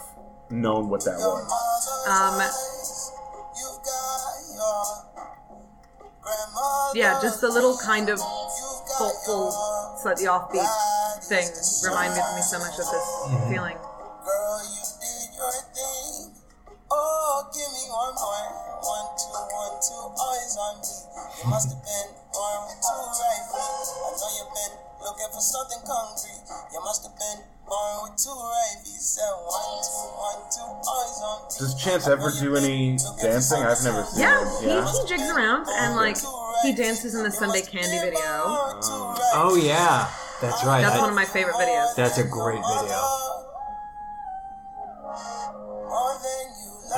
known what that was.
mother's
Um,
eyes. You got your grandmother's
Yeah, just the little kind of
You've got
thoughtful,
your
slightly offbeat thing reminded me so much of this
Mm-hmm.
feeling.
Girl, you did your thing. Oh, give me one more. One, two, one, two, always on me. You must have been born with two right feet. I know you've been looking for something concrete. You must have been born with two right feet. Said one, two, one, two, always on me.
Does Chance ever do any dancing? I've never seen
Yeah,
him. Yeah.
he, he jigs around and like he dances in the Sunday Candy video.
Oh yeah. That's right.
That's
I-
one of my favorite videos.
That's a great video.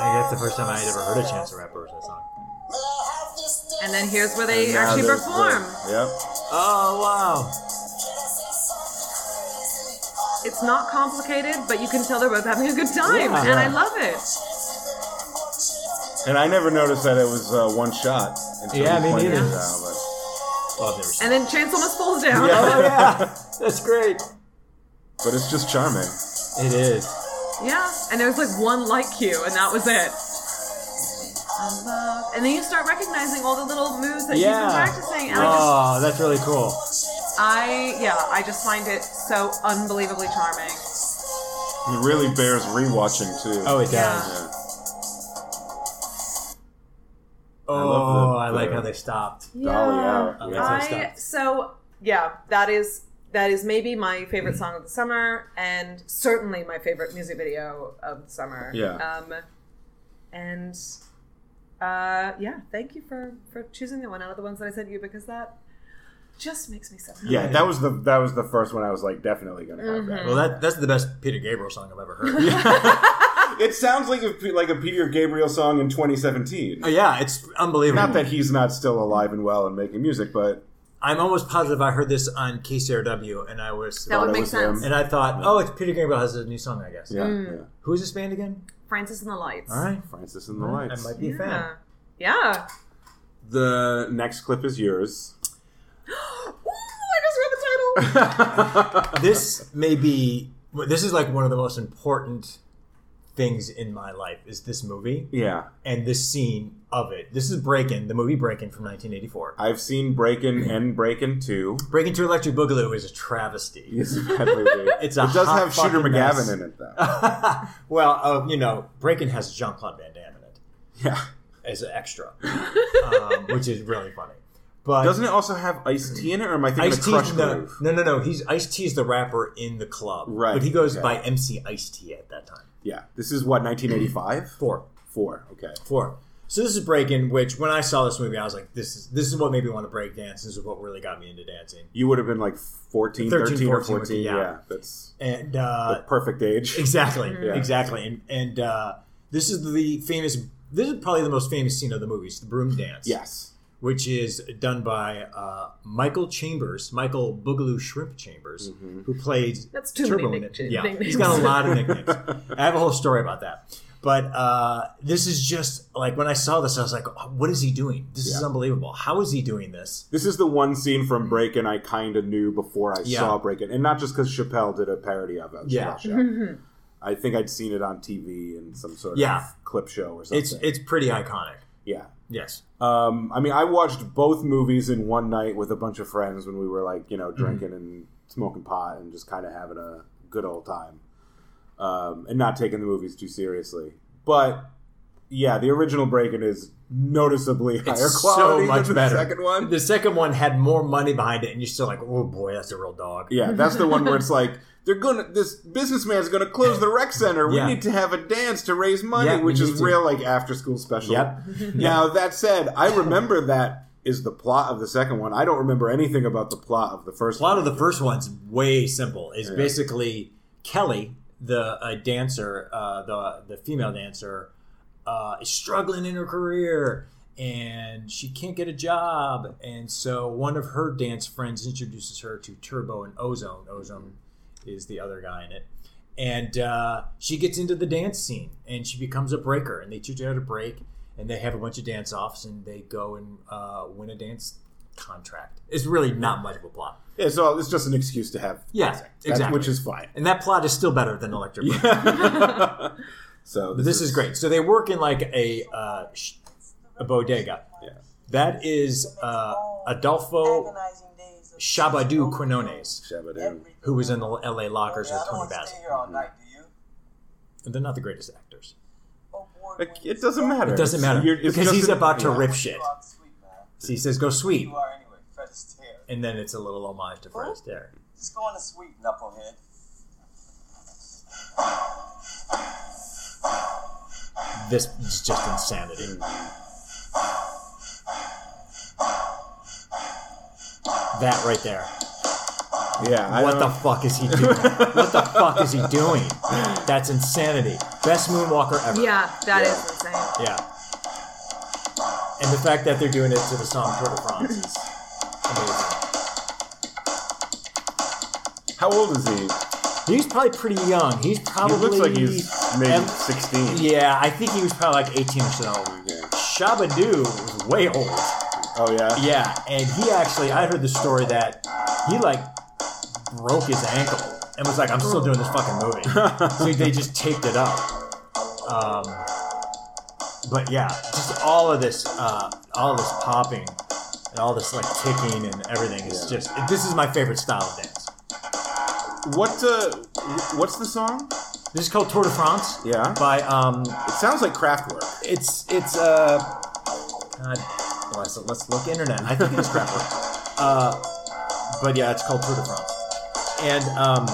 I think that's the first time I had ever heard a Chance the Rapper was that song.
And then here's where they
And now
actually
there's
perform.
the- Yep.
Oh
It's not complicated, but you can tell they're both having a good time,
Yeah.
and I love it.
And I never noticed that it was uh, one shot. Until
Yeah,
you
me
pointed
neither.
it out, but-
wow. Oh, I've never seen.
And then Chance almost falls down.
Yeah.
[LAUGHS]
Oh [LAUGHS] yeah. That's great.
but it's just charming.
It is.
Yeah, and there was like one like cue, and that was it. I love- And then you start recognizing all the little moves that
Yeah.
he's been practicing, and I just
Oh, that's really cool.
I yeah, I just find it so unbelievably charming.
It really bears rewatching too.
Oh, it does.
Yeah.
Yeah.
Oh, I,
love the-
like
the-
how they stopped.
Dolly out.
I
Yeah.
like-
I so yeah, that is that is maybe my favorite song of the summer and certainly my favorite music video of the summer.
Yeah.
Um and uh yeah, thank you for for choosing that one out of the ones that I sent you because that just makes me so happy.
Yeah, that was the that was the first one I was like definitely gonna have
Mm-hmm. Well, that that's the best Peter Gabriel song I've ever heard. [LAUGHS]
that. It sounds like a, P- like a Peter Gabriel song in 2017.
Oh, yeah, it's unbelievable.
Not that he's not still alive and well and making music, but
I'm almost positive I heard this on KCRW, and I was
That would
it
make
was him.
sense.
and I thought, oh, it's Peter Gabriel has a new song, I guess.
yeah,
Mm.
yeah.
Who's this band again?
Francis and the Lights.
All right,
Francis and the
I
Lights.
might be a
Yeah.
fan.
Yeah.
The next clip is yours. [LAUGHS]
Ooh, I just read the
[LAUGHS]
title.
This may be. well, This is like one of the most important things in my life is this movie
yeah,
and this scene of it. This is Breakin', the movie Breakin' from 1984.
I've seen Breakin' and Breakin' Two.
Breakin' to Electric Boogaloo is a travesty.
Yes, [LAUGHS] that movie.
It's a
it does
hot
have Shooter
fucking
McGavin
mess.
in it though.
[LAUGHS] well, uh, you know, Breakin' has Jean Claude Van Damme in it
yeah,
as an extra, um, which is really funny. But
doesn't it also have Ice T in it? Or am I thinking
Ice
of
T?
Crush
No,
Groove?
no, no, no. He's Ice T is the rapper in the club,
Right,
But he goes
okay.
by MC Ice T at that time.
Yeah, this is what 1985.
Four,
[CLEARS THROAT] Four. Okay.
four. So this is Breakin', which when I saw this movie, I was like, this is this is what made me want to break dance. This is what really got me into dancing.
You would have been like 14, 13,
13,
or
14
14.
would be,
yeah.
yeah.
that's
And
the
uh,
perfect age.
Exactly.
Yeah.
Exactly. And and uh, this is the famous. This is probably the most famous scene of the movies, the broom dance.
Yes.
Which is done by uh, Michael Chambers, Michael Boogaloo Shrimp Chambers, who played
That's too
Turbo
many
in it.
nickna-
Yeah,
nicknames.
he's got a lot of nicknames. I have a whole story about that. But uh, this is just like when I saw this, I was like, "Oh, "What is he doing? This is
Yeah.
unbelievable. How is he doing this?"
This is the one scene from Breakin' I kind of knew before I
Yeah.
saw Breakin', and not just because Chappelle did a parody of it.
Yeah.
Chappelle [LAUGHS] Show. I think I'd seen it on TV in some sort
Yeah.
of clip show or something.
It's it's pretty iconic.
yeah.
Yes.
Um, I mean, I watched both movies in one night with a bunch of friends when we were like, you
Mm.
know, drinking and smoking pot and just kind of having a good old time, um, and not taking the movies too seriously. But yeah, the original Breakin' is noticeably higher
so
quality
much
than the
better.
second one.
The second one had more money behind it, and you're still like, "Oh boy, that's a real dog." [LAUGHS]
Yeah, that's the one where it's like they're gonna this businessman's gonna close the rec center. We
Yeah.
need to have a dance to raise money,
Yeah, we
which
need
is
to.
real like after school special. [LAUGHS]
Yep.
Now that said, I remember that is the plot of the second one. I don't remember anything about the plot of the first
The
one.
plot of the first one's way simple. It's basically Kelly, the uh, dancer, uh, the the female dancer, uh, is struggling in her career and she can't get a job. And so one of her dance friends introduces her to Turbo and Ozone. Ozone is the other guy in it. And uh, she gets into the dance scene and she becomes a breaker. And they teach her how to break and they have a bunch of dance offs and they go and uh, win a dance contract. It's really not much of a plot.
Yeah, so it's just an excuse to have
Yeah,
sex. That's-
exactly.
which is
[LAUGHS]
fine. [LAUGHS]
And that plot is still better than Electric Boogaloo.
so
This is great. So they work in like a uh, sh- a bodega.
Yeah.
That is uh, Adolfo
Agonizing days of
Shabadoo Quinones,
Shabadoo.
who was in the L.A. Lockers with Tony
want to
Basil.
stay here all night, do you? Oh,
And they're not the greatest actors.
Like, it doesn't matter.
It doesn't
It's-
matter
you're- it's
because
just
he's
an-
about to
yeah.
rip shit.
You are sweet, man.
So he says, "Go sweet,"
You are anyway, Fred Astaire.
and then it's a little homage to Fred Astaire.
Just go on a sweet, knucklehead.
This is just insanity. That right there.
Yeah, I
What
don't-
the fuck is he doing? what the fuck is he doing? That's insanity. Best moonwalker ever.
Yeah, that is insane.
Yeah. And the fact that they're doing it to the song Tour de France is amazing.
How old is he?
He's probably pretty young. He's
He
probably.
looks like he's maybe
Em-
sixteen.
Yeah, I think he was probably like 18 or so.
Yeah.
Shabadoo was way old.
Oh yeah.
Yeah, and he actually, I heard the story that he like broke his ankle and was like, "I'm still doing this fucking movie."
[LAUGHS]
so they just taped it up. Um, but yeah, just all of this, uh, all this popping, and all this like kicking and everything is
Yeah.
just. This is my favorite style of dance.
What uh, what's the song?
This is called Tour de France.
Yeah.
By um,
It sounds like Kraftwerk.
it's it's uh, God bless it. Let's look internet. I think it's [LAUGHS] crap. Uh, but yeah, it's called Tour de France. And um,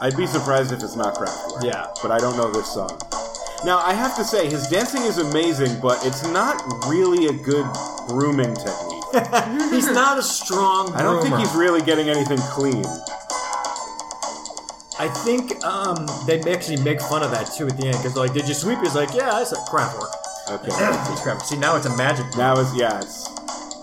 I'd be surprised if it's not Kraftwerk.
Yeah.
But I don't know this song. Now I have to say his dancing is amazing, but it's not really a good grooming technique.
[LAUGHS] He's not a strong groomer.
I don't think he's really getting anything clean.
I think um, they actually make fun of that too at the end because like, did you sweep? He's like, yeah, that's a crap work. [CLEARS THROAT]
Okay.
It's crap. See, now it's a magic.
now is yeah. It's,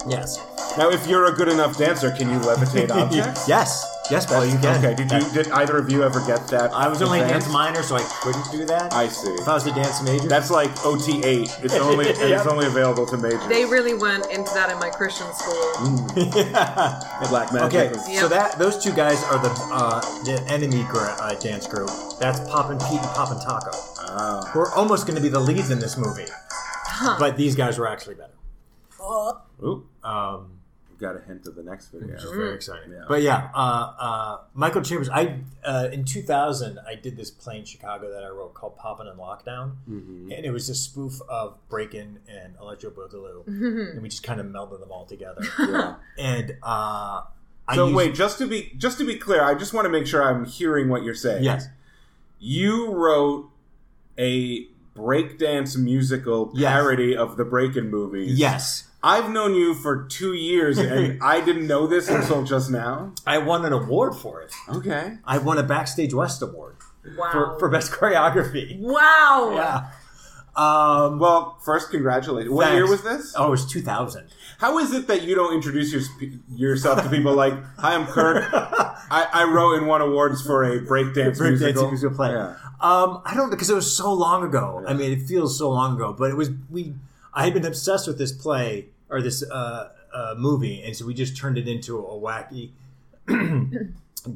Yes.
now if you're a good enough dancer, can you [LAUGHS]
[LAUGHS]
levitate objects?
Yes. Yes, Paul, you can.
Okay. Did you? Did either of you ever get that?
I was only a
advanced?
dance minor, so I couldn't do that.
I see.
If I was a dance major, [LAUGHS]
That's like OT eight. It's only
Yep.
it's only available to majors.
They really went into that in my Christian
Mm.
school.
Black magic.
Okay,
was-
Yeah.
so that those two guys are the uh, the enemy gr- uh, dance group. That's Pop and Pete and Pop and Taco.
Oh.
We're almost going to be the leads in this movie, but these guys were actually better.
Ooh,
Um,
got a hint of the next video.
which is very exciting.
Yeah.
But yeah, uh, uh, Michael Chambers. I uh, in 2000, I did this play in Chicago that I wrote called Poppin' in Lockdown,
Mm-hmm.
and it was a spoof of Breakin' and Electro Boogaloo, and we just kind of melded them all together.
Yeah.
and uh, I
So
used-
wait, just to be just to be clear, I just want to make sure I'm hearing what you're saying.
yes,
You wrote a breakdance musical
Yes.
parody of the Breakin' movies.
yes.
I've known you for two years
[LAUGHS]
and I didn't know this until just now.
I won an award for it.
Okay.
I won a Backstage West award
Wow.
for, for best choreography.
wow.
Yeah. Um,
Well, first congratulations. What
Thanks.
year was this?
oh, it was 2000. [LAUGHS]
How is it that you don't introduce your, yourself to people like, "Hi, I'm Kirk. I, I wrote and won awards for a breakdance
Breakdancing
musical.
musical play.
Yeah.
Um, I don't because it was so long ago. I mean, it feels so long ago, but it was we. I had been obsessed with this play or this uh, uh, movie, and so we just turned it into a wacky [CLEARS THROAT]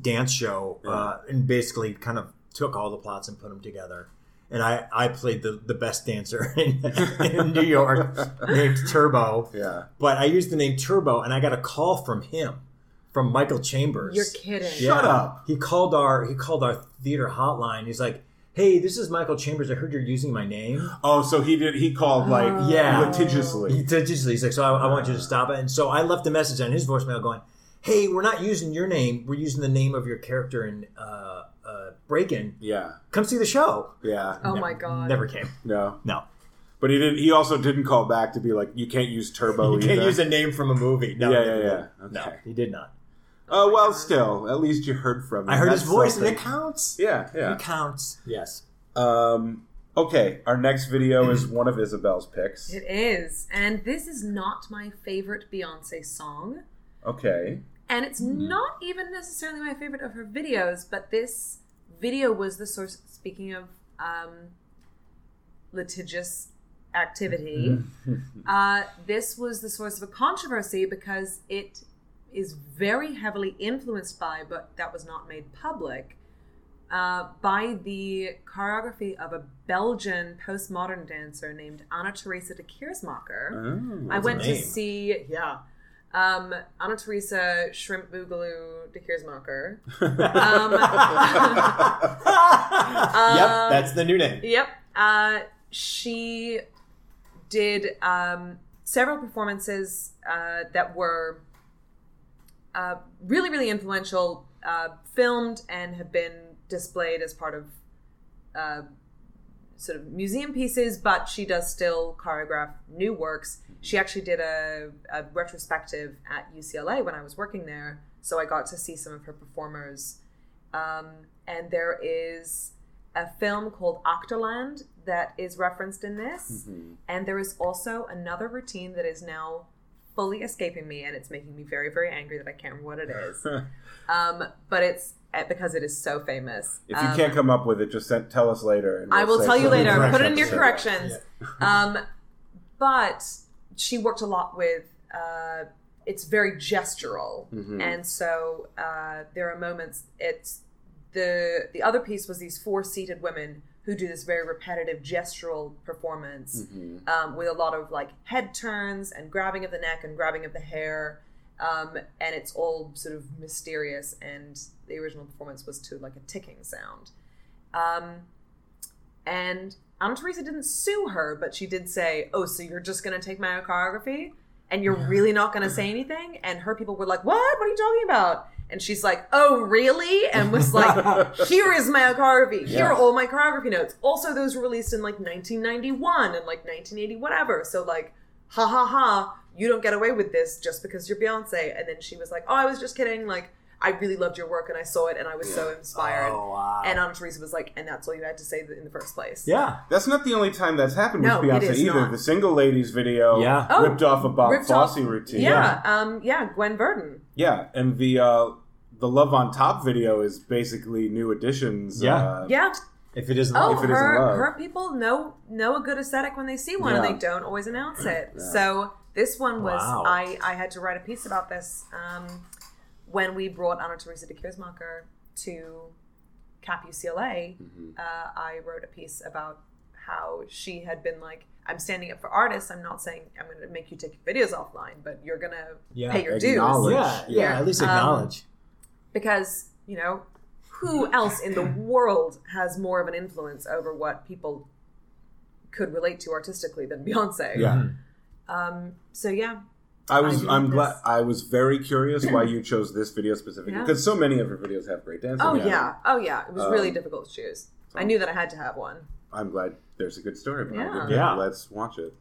dance show, uh, and basically kind of took all the plots and put them together. And I, I played the, the best dancer [LAUGHS] in, in
[LAUGHS]
New York named Turbo.
Yeah.
But I used the name Turbo, and I got a call from him, from Michael Chambers.
You're kidding.
Shut up.
He called our he called our theater hotline. He's like, "Hey, this is Michael Chambers. I heard you're using my name."
Oh, so he did. He called like
Oh. Yeah. He
litigiously.
did just- He's like, "So I, I want
Ah.
you to stop it." And so I left a message on his voicemail going, "Hey, we're not using your name. We're using the name of your character in uh, uh, Breakin.
Yeah.
Come see the show."
Yeah.
Oh my god.
Never came.
No.
No,
But he didn't. He also didn't call back to be like, you can't use turbo.
[LAUGHS] you can't
either."
use a name from a movie. No,
Yeah, yeah, yeah.
No,
Okay.
he did not.
Oh well, still, at least you heard from him.
I heard his
That's
voice,
something.
and it counts.
Yeah, yeah.
It counts. Yes.
Um, okay, our next video is one of Isabel's picks.
It is. And this is not my favorite Beyonce song.
Okay.
And it's not even necessarily my favorite of her videos, but this video was the source. Speaking of um, litigious activity, uh, this was the source of a controversy because it is very heavily influenced by, but that was not made public, uh, by the choreography of a Belgian postmodern dancer named Anna Teresa de Kiersmacher.
Oh.
I went to
name.
see yeah. Um, Anna Teresa Shrimp Boogaloo de Kiersmacher. Um, [LAUGHS]
[LAUGHS]
yep, that's the new name.
yep. Uh, she did um, several performances uh, that were uh, really, really influential, uh, filmed and have been displayed as part of uh, sort of museum pieces, but she does still choreograph new works. She actually did a, a retrospective at UCLA when I was working there, so I got to see some of her performers. Um, and there is a film called Octoland that is referenced in this,
Mm-hmm.
and there is also another routine that is now fully escaping me, and it's making me very, very angry that I can't remember what it
[LAUGHS]
is. um, but it's eh, because it is so famous.
If you
Um,
can't come up with it, just send, tell us later. and
I
we'll
will
say
tell you
something.
later. Put it in
Correct
your
episode.
corrections. [LAUGHS] Um, but she worked a lot with. Uh, it's very gestural,
Mm-hmm. Hmm.
and so uh, there are moments. It's the the other piece was these four seated women who do this very repetitive gestural performance
Mm-hmm.
um, with a lot of like head turns and grabbing of the neck and grabbing of the hair. Um, and it's all sort of mysterious, and the original performance was to like a ticking sound. Um, and Anna Teresa didn't sue her, but she did say, "Oh, so you're just going to take my choreography, and you're really not going to say anything?" And her people were like, "What? What are you talking about?" And she's like, "Oh, really?" And was like, "Here is my choreography. Here are
Yeah.
all my choreography notes. Also, those were released in like 1991 and like 1980, whatever. So like, ha ha ha, you don't get away with this just because you're Beyonce." And then she was like, "Oh, I was just kidding. Like, I really loved your work, and I saw it, and I was so inspired."
Oh, wow.
And Anna Teresa was like, and that's all you had to say in the first place.
Yeah.
That's not the only time that's happened
No,
with
it
Beyonce
is
either.
not.
The single ladies video
Yeah.
Oh,
ripped off a Bob
ripped off-
Fosse routine.
Yeah, um, yeah, Gwen Verdon.
Yeah, and the uh, the Love on Top video is basically new additions.
Yeah.
uh,
Yeah.
If it isn't,
Oh,
if it isn't
her
love.
her people know know a good aesthetic when they see one,
Yeah.
and they don't always announce it. So this one was
Wow.
I I had to write a piece about this um, when we brought Anna Teresa de Kiersmacher to Cap UCLA. Uh, I wrote a piece about how she had been like. I'm standing up for artists. I'm not saying I'm going to make you take your videos offline, but you're going to
Yeah,
pay your dues.
acknowledge.
yeah, yeah,
Yeah.
at least
Um,
acknowledge.
because you know who else in the world has more of an influence over what people could relate to artistically than Beyonce?
yeah.
Mm-hmm.
Um, so yeah,
I was
do
I am
this.
glad I was very curious
[CLEARS THROAT]
why you chose this video specifically
Yeah.
because so many of her videos have great dancing.
Oh
in
yeah.
them.
Oh yeah. It was really
Um,
difficult to choose. I knew that I had to have one.
I'm glad there's a good story behind
Yeah.
it. Yeah,
Yeah.
let's watch it.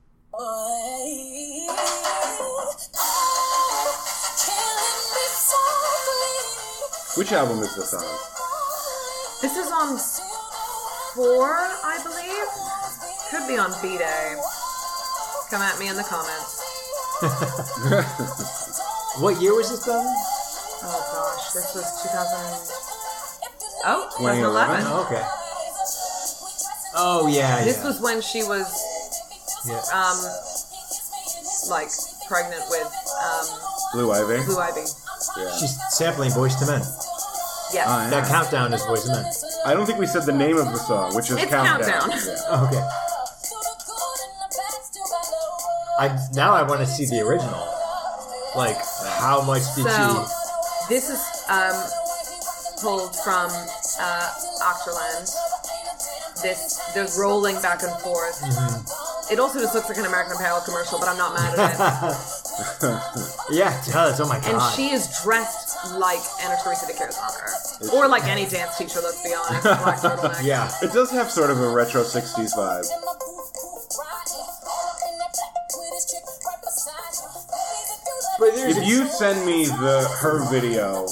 Which album is this
[LAUGHS]
on?
This is on four, I believe. Could be on B Day. Come
[LAUGHS]
at me in the comments.
What year was this done?
Oh gosh, this was 2000. Oh, it was
2011.
11.
Oh, okay. Oh yeah.
This
yeah.
was when she was
Yeah.
um, like pregnant with um,
Blue Ivy.
Blue Ivy.
Yeah.
She's sampling Voice to Men.
Yes.
Oh, yeah.
That countdown is Voice to Men.
I don't think we said the name of the song, which is
It's
Countdown.
Countdown.
Yeah.
Oh, okay. I now I want to see the original. Like how much did
So this is um, pulled from uh, Octoland. This the rolling back and forth.
Mm-hmm.
It also just looks like an American Apparel commercial, but I'm not mad at it.
she? [LAUGHS] Yeah, it does. Oh my god.
And she is dressed like Anna Teresa de Kirchhoff, or like any dance teacher. Let's
[LAUGHS]
be honest, black turtleneck.
yeah.
It does have sort of a retro 60s vibe.
But there's
If you send me the her video,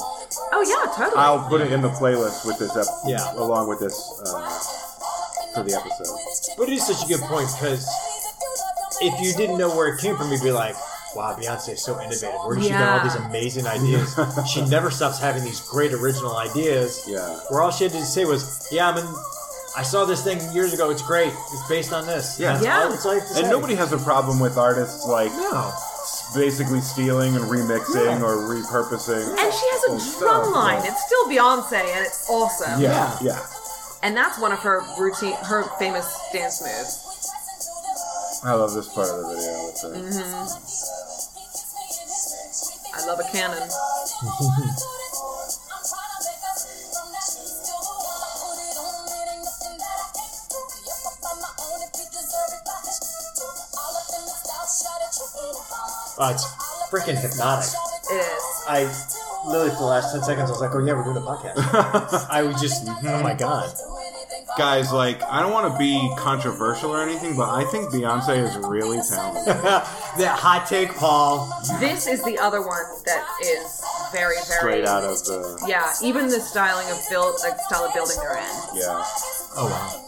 Oh yeah, totally.
I'll put it in the playlist with this episode,
Yeah.
along with this uh, for the episode.
But it is such a good point because if you didn't know where it came from, you'd be like, "Wow, Beyonce is so innovative. Where did she get all
Yeah.
these amazing ideas? she never stops having these great original ideas."
Yeah.
Where all she had to say was, "Yeah, I'm in, I saw this thing years ago. It's great. It's based on this."
Yeah.
That's all-
Yeah.
that's all you have to
And
say.
nobody has a problem with artists like
No.
basically stealing and remixing
Yeah.
or repurposing.
and she
Oh,
has
old
a
stuff.
drum line. It's still Beyonce, and it's awesome.
Yeah, yeah.
And that's one of her routine, her famous dance moves.
I love this part of the video. It's, uh,
Mm-hmm.
I love a cannon.
Wow, it's freaking hypnotic.
It is.
I literally for the last ten seconds, I was like, "Oh yeah, we're doing a podcast." I was just, "Oh my god."
Guys, like, I don't want to be controversial or anything, but I think Beyonce is really
[LAUGHS]
talented.
that hot take, Paul.
This is the other one that is very, very
Straight out of the.
Yeah, even the styling of build, like style of building they're in.
Yeah.
Oh wow.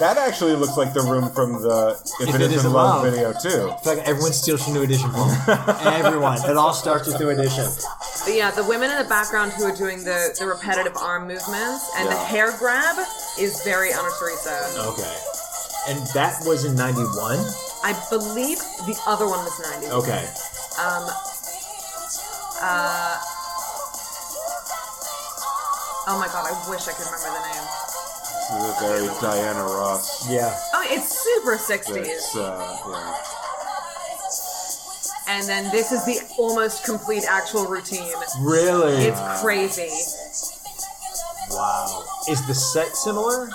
That actually looks like the room from the If, It Isn't Love video, too.
It's like everyone steals from New Edition, Paul. [LAUGHS] everyone. It all starts with New Edition.
But yeah, the women in the background who are doing the, the repetitive arm movements and the
Yeah.
hair grab is very Anna Teresa.
Okay. And that was in '91.
I believe the other one was 90s.
Okay.
Um, uh, oh my god, I wish I could remember the name.
This is a very Diana Ross.
Yeah.
Oh, it's super 60s.
That's, uh, yeah.
And then this is the almost complete actual routine.
Really.
It's crazy.
wow. Is the set similar?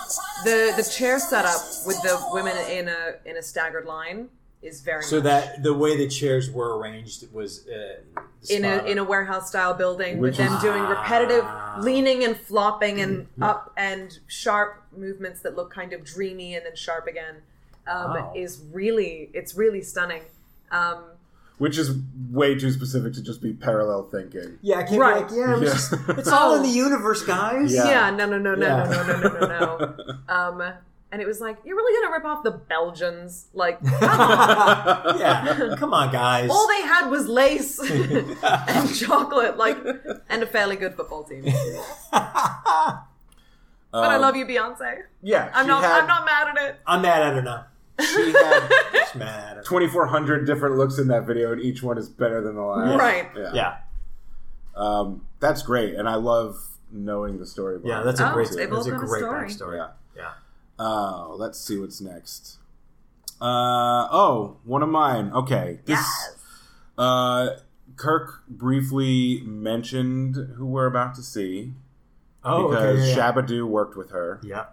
The the chair setup with the women in a in a staggered line is very
So
much-
that the way the chairs were arranged was uh,
in a
spot
in a
on.
warehouse style building
Which
with them
is-
doing repetitive
Ah.
leaning and flopping and up and sharp movements that look kind of dreamy and then sharp again um,
Wow.
is really it's really stunning. Um,
Which is way too specific to just be parallel thinking.
yeah. I can't
Right.
be
Oh.
like, yeah. It was
Yeah. [LAUGHS]
just, it's all in the universe, guys.
Yeah.
yeah. no, no, no, no,
Yeah.
no, no, no, no, no,
[LAUGHS]
no. um, and it was like you're really gonna rip off the Belgians? Like, come on.
yeah. Come on, guys.
all they had was
[LAUGHS]
lace and chocolate, like, and a fairly good football team. but I love you, Beyonce.
Um, Yeah,
I'm
she
not.
had
I'm not mad at it.
I'm mad at her now.
she
[LAUGHS]
had
Just mad at her.
2,400 different looks in that video, and each one is better than the last.
Right.
Yeah.
Yeah.
Um, that's great, and I love knowing the story.
Yeah.
behind
That's
it,
a
Oh,
great.
they've all
That's a
got a
great backstory.
story.
Yeah.
Yeah.
Oh, let's see what's next. Uh, oh, one of mine. Okay. This,
Yes.
Uh, Kirk briefly mentioned who we're about to see
Oh,
because
okay. Yeah.
Shabadoo worked with her.
yeah.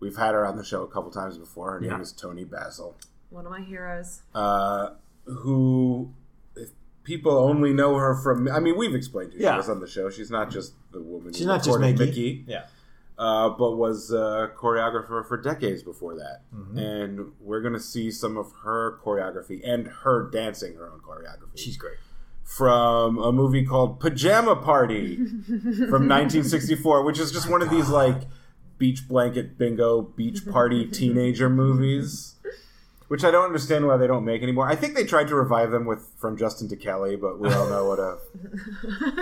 We've had her on the show a couple times before. Her
Yeah.
name is Tony Basil.
One of my heroes.
uh, who if people only know her from. I mean, we've explained who
Yeah.
she was on the show. She's not just the woman.
She's
who
not just
recorded
Mickey.
Mickey,
Yeah.
uh, but was a choreographer for decades before that.
Mm-hmm.
And we're gonna see some of her choreography and her dancing her own choreography
She's great.
from a movie called Pajama Party from 1964, which is just one of these like beach blanket bingo beach party teenager movies. which I don't understand why they don't make anymore. I think they tried to revive them with from Justin to Kelly, but we all know what a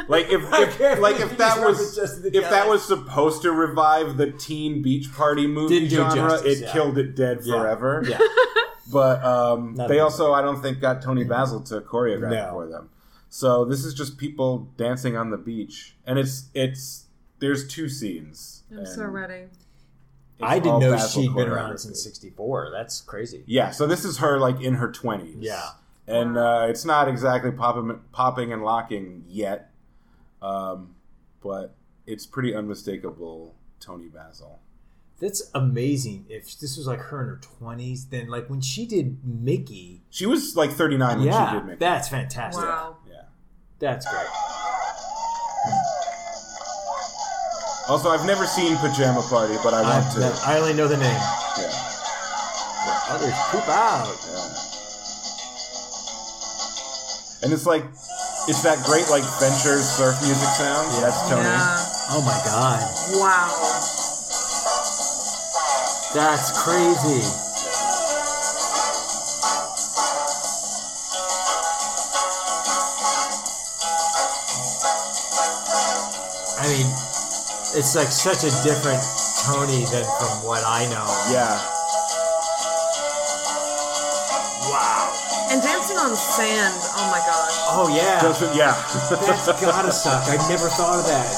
like if,
I
if
can't
like if
believe you
that
just
was
referenced Justin to
if that
Kelly.
was supposed to revive the teen beach party movie
Didn't do it
genre,
justice,
it
yeah.
killed it dead
Yeah.
forever.
Yeah.
But um,
Not
they
at all.
also I don't think got Tony Basil to choreograph
No.
for them. So this is just people dancing on the beach, and it's it's there's two scenes.
I'm so
and
ready.
it's
I
all
didn't know
Basil
she'd been around
choreography.
since '64. That's crazy.
Yeah, so this is her like in her twenties.
Yeah.
and uh, it's not exactly popping, popping and locking yet, um, but it's pretty unmistakable. Tony Basil.
That's amazing. If this was like her in her 20s, then like when she did Mickey,
She was like 39 when she
yeah,
did Mickey.
that's fantastic.
Wow.
yeah.
That's great.
Also, I've never seen Pajama Party, but I
I,
want to.
I only know the name.
Yeah,
Others poop out.
yeah. And it's like, it's that great like venture surf music sound.
Yeah.
That's Tony.
Yeah.
Oh my god,
Wow.
that's crazy. I mean, it's like such a different Tony than from what I know.
Yeah.
Wow.
And dancing on sand. Oh my gosh.
Oh yeah.
Doesn't- yeah.
[LAUGHS] That's gotta suck. I never thought of that.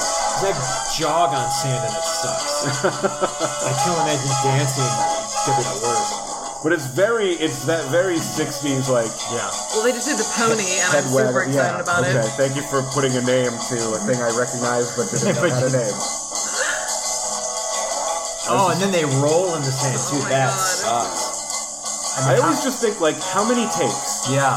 'Cause I jog on sand and it
[LAUGHS]
sucks. I can't imagine dancing. It's gonna be the worst.
[LAUGHS] But it's very, it's that very 60s like
Yeah.
Well, they just did the pony, and
head
I'm
wag-
super excited
yeah,
about
okay.
it.
Thank you for putting a name to a thing I recognize but didn't know had
[LAUGHS]
a name.
Oh, and then they roll in the sand too.
Oh my
that
God.
Uh,
sucks.
I
mean,
always just think like, how many takes?
how- yeah,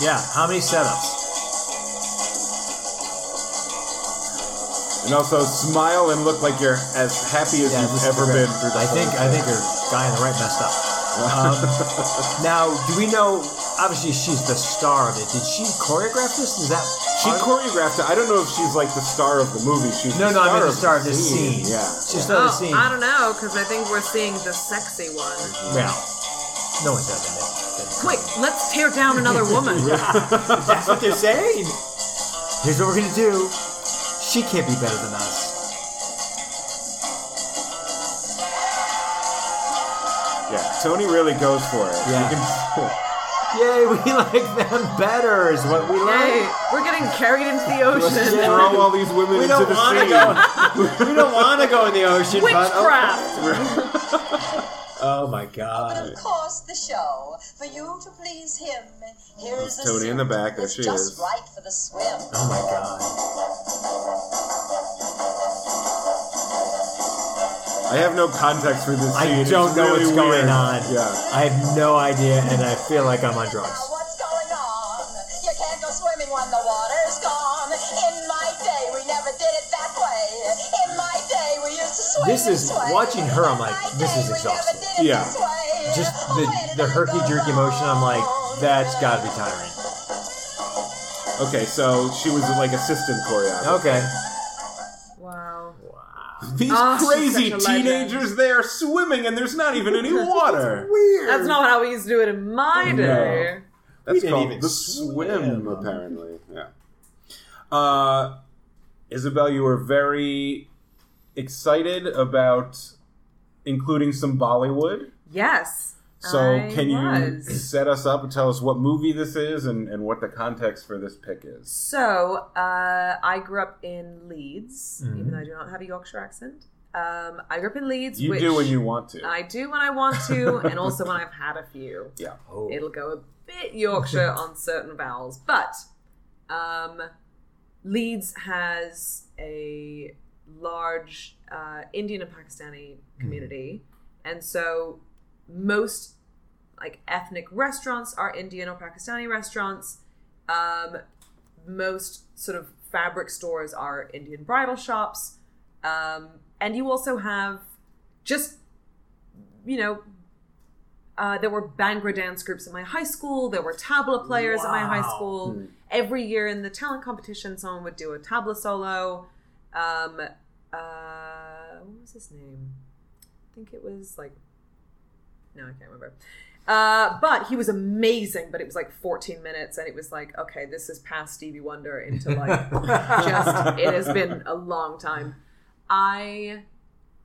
yeah. How many setups?
And also smile and look like you're as happy as
Yeah,
you've
this is
ever
great.
been through the
I think
whole
I
thing.
think your guy in the right messed up.
[LAUGHS]
Um, now, do we know? Obviously, she's the star of it. Did she choreograph this? Is that
she
part of it?
choreographed it. I don't know if she's like the star of the movie. She's
No,
the
no, I
star
mean the
of
star of this scene.
Yeah.
she's the
Oh,
scene.
I don't know, because I think we're seeing the sexy one.
Well, no one's ever been.
Wait, let's tear down another
[LAUGHS]
woman.
That's what they're saying. Here's what we're gonna do. She can't be better than us.
Yeah. Tony really goes for it.
Yeah.
You can,
Yay, we [LAUGHS] like them better is what we
Yay,
like.
we're getting carried into the
[LAUGHS]
[LAUGHS]
let's
ocean.
throw all these women
We
into
don't
the
want to
sea.
go. we don't want to go in the ocean. But, oh,
Witchcraft!
oh my
But
god.
of course, the show for you to please him. Here is a
Tony in the
suit
back, there
that's
she
just
is.
right for the swim.
Oh my god.
I have no context for this scene.
I
It's
don't know
really
what's going
weird.
on.
Yeah.
I have no idea, and I feel like I'm on
Now
drugs.
what's going on? You can't go swimming when the water's gone. In my day, we never did it that way. In my day, we used to swim.
This is-
way.
watching her, I'm
In
like,
my
this
day,
is
we never
exhausting.
did it
Yeah.
this way. Oh,
Just
Where
the
did
the
I
herky
go
jerky motion. I'm like,
wrong?
that's gotta be tiring.
Okay, so she was like assistant choreographer.
Okay.
Wow.
These
Oh, she's
crazy
such a legend.
teenagers, they are swimming and there's not even
[LAUGHS]
any water.
Weird.
That's not how we used to do it in my
No.
day.
That's
didn't
called
even
the swim,
swim.
apparently. Yeah. Uh, Isabel, you were very excited about including some Bollywood.
Yes.
So
I
can you
was.
set us up and tell us what movie this is and, and what the context for this pick is?
So, uh, I grew up in Leeds, even though I do not have a Yorkshire accent. Um, I grew up in Leeds.
Mm-hmm. You
which
do when you want to.
I do when I want to, and also when I've had a few.
yeah.
Oh.
It'll go a bit Yorkshire on certain vowels, but um, Leeds has a large uh, Indian and Pakistani community, and so most like ethnic restaurants are Indian or Pakistani restaurants. Um, most sort of fabric stores are Indian bridal shops, um, and you also have just you know uh, there were Bangra dance groups in my high school. There were tabla players in my high
Wow.
school. Every year in the talent competition, someone would do a tabla solo. Um, uh, what was his name? I think it was like, no, I can't remember. Uh, but he was amazing, but it was like 14 minutes, and it was like, okay, this is past Stevie Wonder into like just it has been a long time. I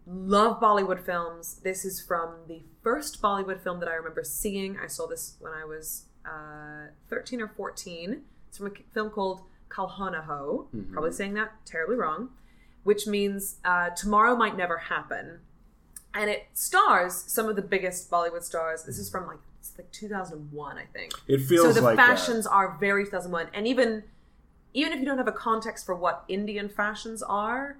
love Bollywood films. This is from the first Bollywood film that I remember seeing. I saw this when I was uh, 13 or 14. It's from a k- film called Kalhonaho. Probably saying that terribly wrong, which means uh, tomorrow might never happen. And it stars some of the biggest Bollywood stars. This is from like it's like 2001, I think
It feels
so the
like that.
fashions are very 2001 and even even if you don't have a context for what indian fashions are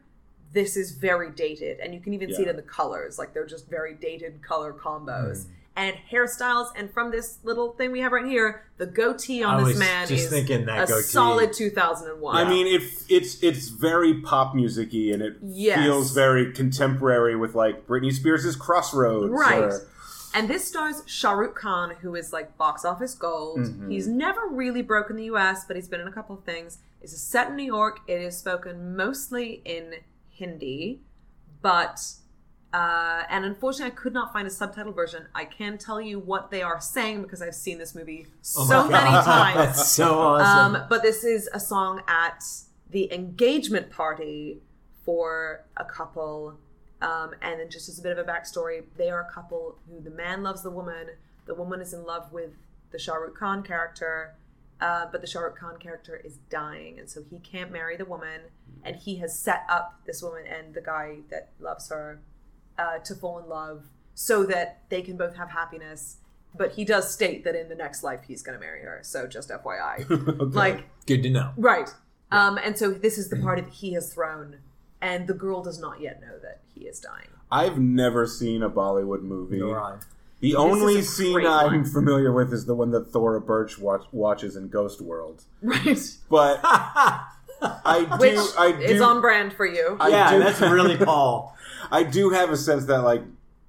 this is very dated and you can even see it
Yeah. Hmm.
in the colors like they're just very dated color combos and hairstyles and from this little thing we have right here the goatee on
I
this
was
man
just
is
thinking that
a
goatee.
solid 2001
I mean, it, it's it's very pop musicy, and it
Yes.
feels very contemporary with like Britney Spears' Crossroads,
Right.
or-
And this stars Shah Rukh Khan, who is like box office gold.
Mm-hmm.
He's never really broken the US, but he's been in a couple of things. It's set in New York. It is spoken mostly in Hindi, but. Uh, and unfortunately, I could not find a subtitle version. I can tell you what they are saying because I've seen this movie
Oh my
so many
God. [LAUGHS]
times.
That's so uh, awesome.
Um, but this is a song at the engagement party for a couple. Um, and then, just as a bit of a backstory, they are a couple who the man loves the woman, the woman is in love with the Shah Rukh Khan character, uh, but the Shah Rukh Khan character is dying. And so he can't marry the woman. And he has set up this woman and the guy that loves her uh, to fall in love so that they can both have happiness. But he does state that in the next life he's going to marry her. So
[LAUGHS]
just FYI, like
Good to know. [LAUGHS]
right. Um, and so this is the party that he has thrown, and the girl does not yet know that he is dying. [LAUGHS]
I've never seen a Bollywood movie.
You're on.
The only
is a
scene
great
I'm
one.
familiar with is the one that Thora Birch watch, watches in Ghost World.
Right.
But
[LAUGHS]
I do,
Which
I do,
is on brand for you.
I
yeah,
do-
that's really Paul.
[LAUGHS] I do have a sense that like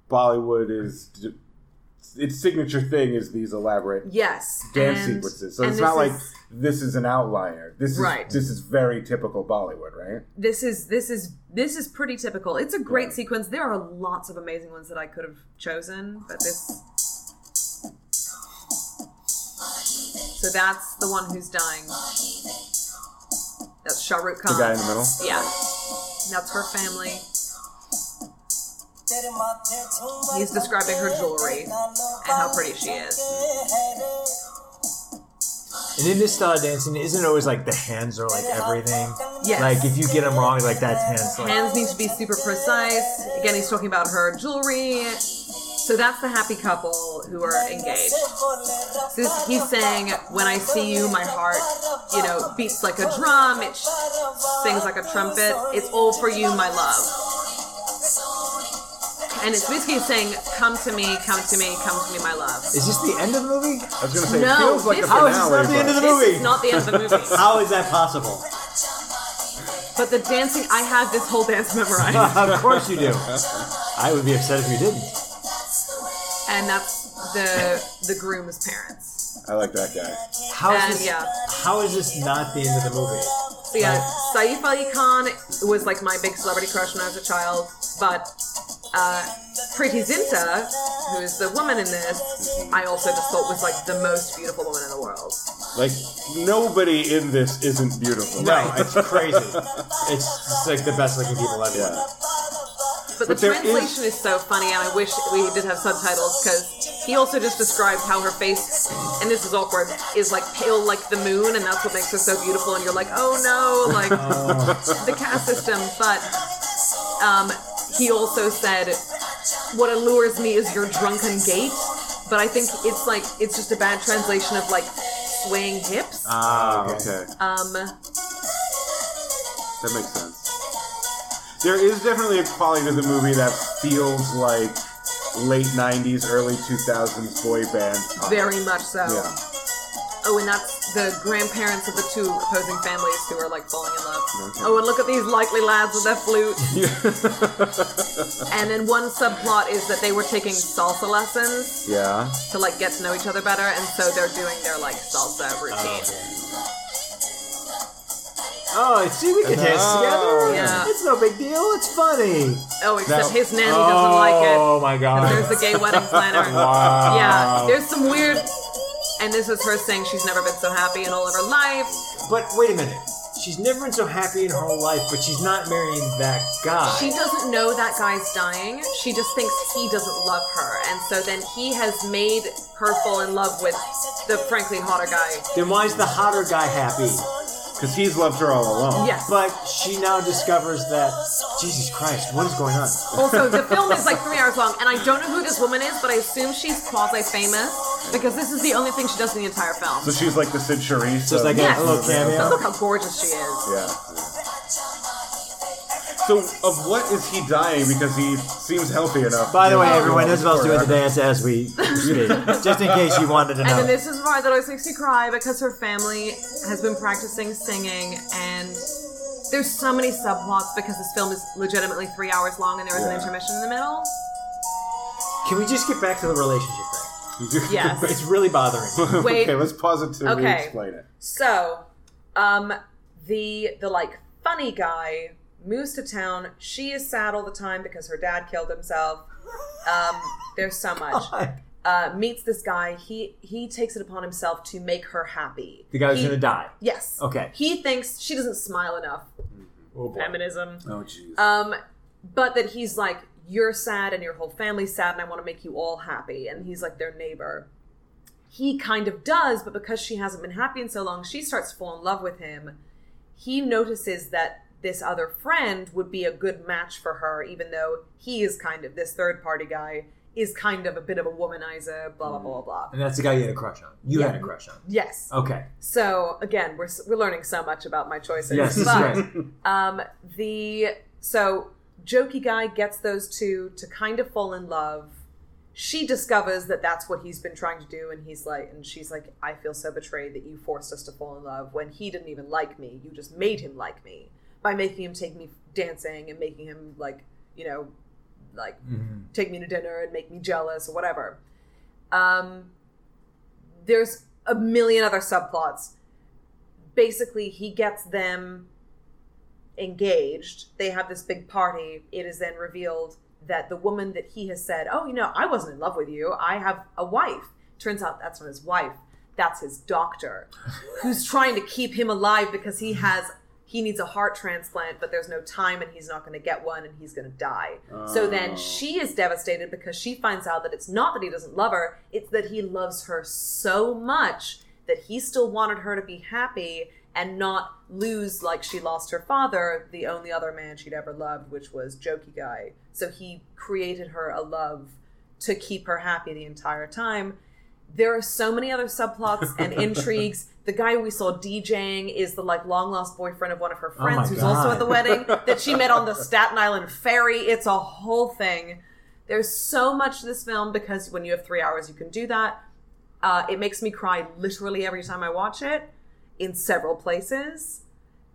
Bollywood is d- its signature thing is these elaborate
yes.
dance
and-
sequences. So
and
it's
this
not like
is-
this is an outlier. This is
Right.
this is very typical Bollywood, right?
this is this is this is pretty typical. It's a great sequence. There are lots of amazing ones that I could have chosen, but this. So that's the one who's dying. That's Shah Rukh Khan.
The guy in the middle.
Yeah. That's her family.
He's describing her jewelry and how pretty she is.
And in this style of dancing, isn't it always like the hands are like everything?
Yes.
Like if you get them wrong, like that's hands. Like,
Hands need to be super precise. Again, he's talking about her jewelry. So that's the happy couple who are engaged. So this- he's saying, "When I see you, my heart, you know, beats like a drum. It sh- sings like a trumpet. It's all for you, my love." And it's basically saying, "Come to me, come to me, come to me, my love."
Is this the end of the movie?
I was gonna say
No,
it feels like a
this-
finale.
How
is this not the end of
but-
the
This
movie?
is not the end of the
[LAUGHS]
movie,
How is that possible?
but the dancing. I have this whole
[LAUGHS]
dance
[LAUGHS]
memorized,
of course you do. I would be upset if you didn't.
and that's the the groom's parents.
I like that guy.
How is
And,
this?
yeah.
How is this not the end of the movie?
So yeah, Saif Ali Khan was like my big celebrity crush when I was a child, but uh, Pretty Zinta, who is the woman in this, I also just thought was like the most beautiful woman in the world.
Like nobody in this isn't beautiful.
No, [LAUGHS] it's crazy. It's just like the best looking people I've ever.
Yeah.
But,
But
the
there is-
translation is... so funny, and I wish we did have subtitles because he also just described how her face, and this is awkward, is like pale like the moon, and that's what makes her so beautiful. And you're like, oh no,
[LAUGHS]
like
Oh.
the caste system. But um, he also said, what allures me is your drunken gait. But I think it's like it's just a bad translation of like swaying hips.
Ah, okay.
Um,
That makes sense. There is definitely a quality to the movie that feels like late 90s, early 2000s boy band. pop.
very much so.
Yeah.
Oh, and that's the grandparents of the two opposing families who are like falling in love.
Mm-hmm.
Oh, and look at these likely lads with their flutes. and then one subplot is that they were taking salsa lessons
[LAUGHS] Yeah.
to like get to know each other better, and so they're doing their like salsa routine.
Oh, see, we can dance
Oh.
together.
Yeah.
It's no big deal. It's funny.
Oh,
No.
except his nanny doesn't like
Oh my god.
it. There's the gay
[LAUGHS]
wedding planner.
Wow.
Yeah, there's some weird. And this is her saying she's never been so happy in all of her life.
But wait a minute. She's never been so happy in her whole life, but she's not marrying that guy.
She doesn't know that guy's dying. She just thinks he doesn't love her. And so then he has made her fall in love with the frankly hotter guy.
then why is the hotter guy happy?
Because he's loved her all along.
Yes.
But she now discovers that Jesus Christ, what is going on?
Also, the film is like three hours long, and I don't know who this woman is, but I assume she's quasi famous because this is the only thing she does in the entire film.
So she's like the Sid Charisse.
Just
of-
like a
Yes.
hello
But
cameo.
look how gorgeous she is.
Yeah. So, of what is he dying? Because he seems healthy enough.
By the way,
Yeah.
everyone, Isabel's doing the dance as we speak, just in case you wanted to
And then
know.
this is why that always makes me cry because her family has been practicing singing, and there's so many subplots because this film is legitimately three hours long, and there was
Yeah.
an intermission in the middle.
Can we just get back to the relationship thing?
[LAUGHS]
Yes.
It's really bothering. [LAUGHS] me.
Wait.
okay, let's pause it to
Okay.
explain it.
So, um, the the like funny guy moves to town. She is sad all the time because her dad killed himself. Um, there's so
[LAUGHS]
much. Uh, meets this guy. He he takes it upon himself to make her happy.
the guy who's
He-
gonna die.
Yes.
Okay.
He thinks she doesn't smile enough.
Oh boy.
Feminism.
Oh, jeez.
Um, but that he's like, you're sad and your whole family's sad, and I want to make you all happy. And he's like their neighbor. He kind of does, but because she hasn't been happy in so long, she starts to fall in love with him. He notices that this other friend would be a good match for her, even though he is kind of this third party guy is kind of a bit of a womanizer, blah blah blah blah. blah.
And that's the guy you had a crush on. You
Yeah.
had a crush on.
Yes.
Okay.
So again, we're s- we're learning so much about my choices.
Yes.
but,
Right. [LAUGHS]
um, the so jokey guy gets those two to kind of fall in love. She discovers that that's what he's been trying to do, and he's like, and she's like, I feel so betrayed that you forced us to fall in love when he didn't even like me. You just made him like me by making him take me dancing and making him like, you know, like take me to dinner and make me jealous or whatever. Um, there's a million other subplots. Basically, he gets them engaged. They have this big party. It is then revealed that the woman that he has said, Oh, you know, I wasn't in love with you. I have a wife. Turns out that's not his wife. That's his doctor who's trying to keep him alive because he has. He needs a heart transplant, but there's no time and he's not going to get one and he's going to die. So then she is devastated because she finds out that it's not that he doesn't love her, it's that he loves her so much that he still wanted her to be happy and not lose like she lost her father, the only other man she'd ever loved, which was Jokey Guy. So he created her a love to keep her happy the entire time. There are so many other subplots
[LAUGHS]
and intrigues. The guy we saw DJing is the like long lost boyfriend of one of her
Oh my
friends who's also
God.
at the
[LAUGHS]
wedding that she met on the Staten Island ferry. It's a whole thing. There's so much to this film because when you have three hours, you can do that. Uh, it makes me cry literally every time I watch it in several places.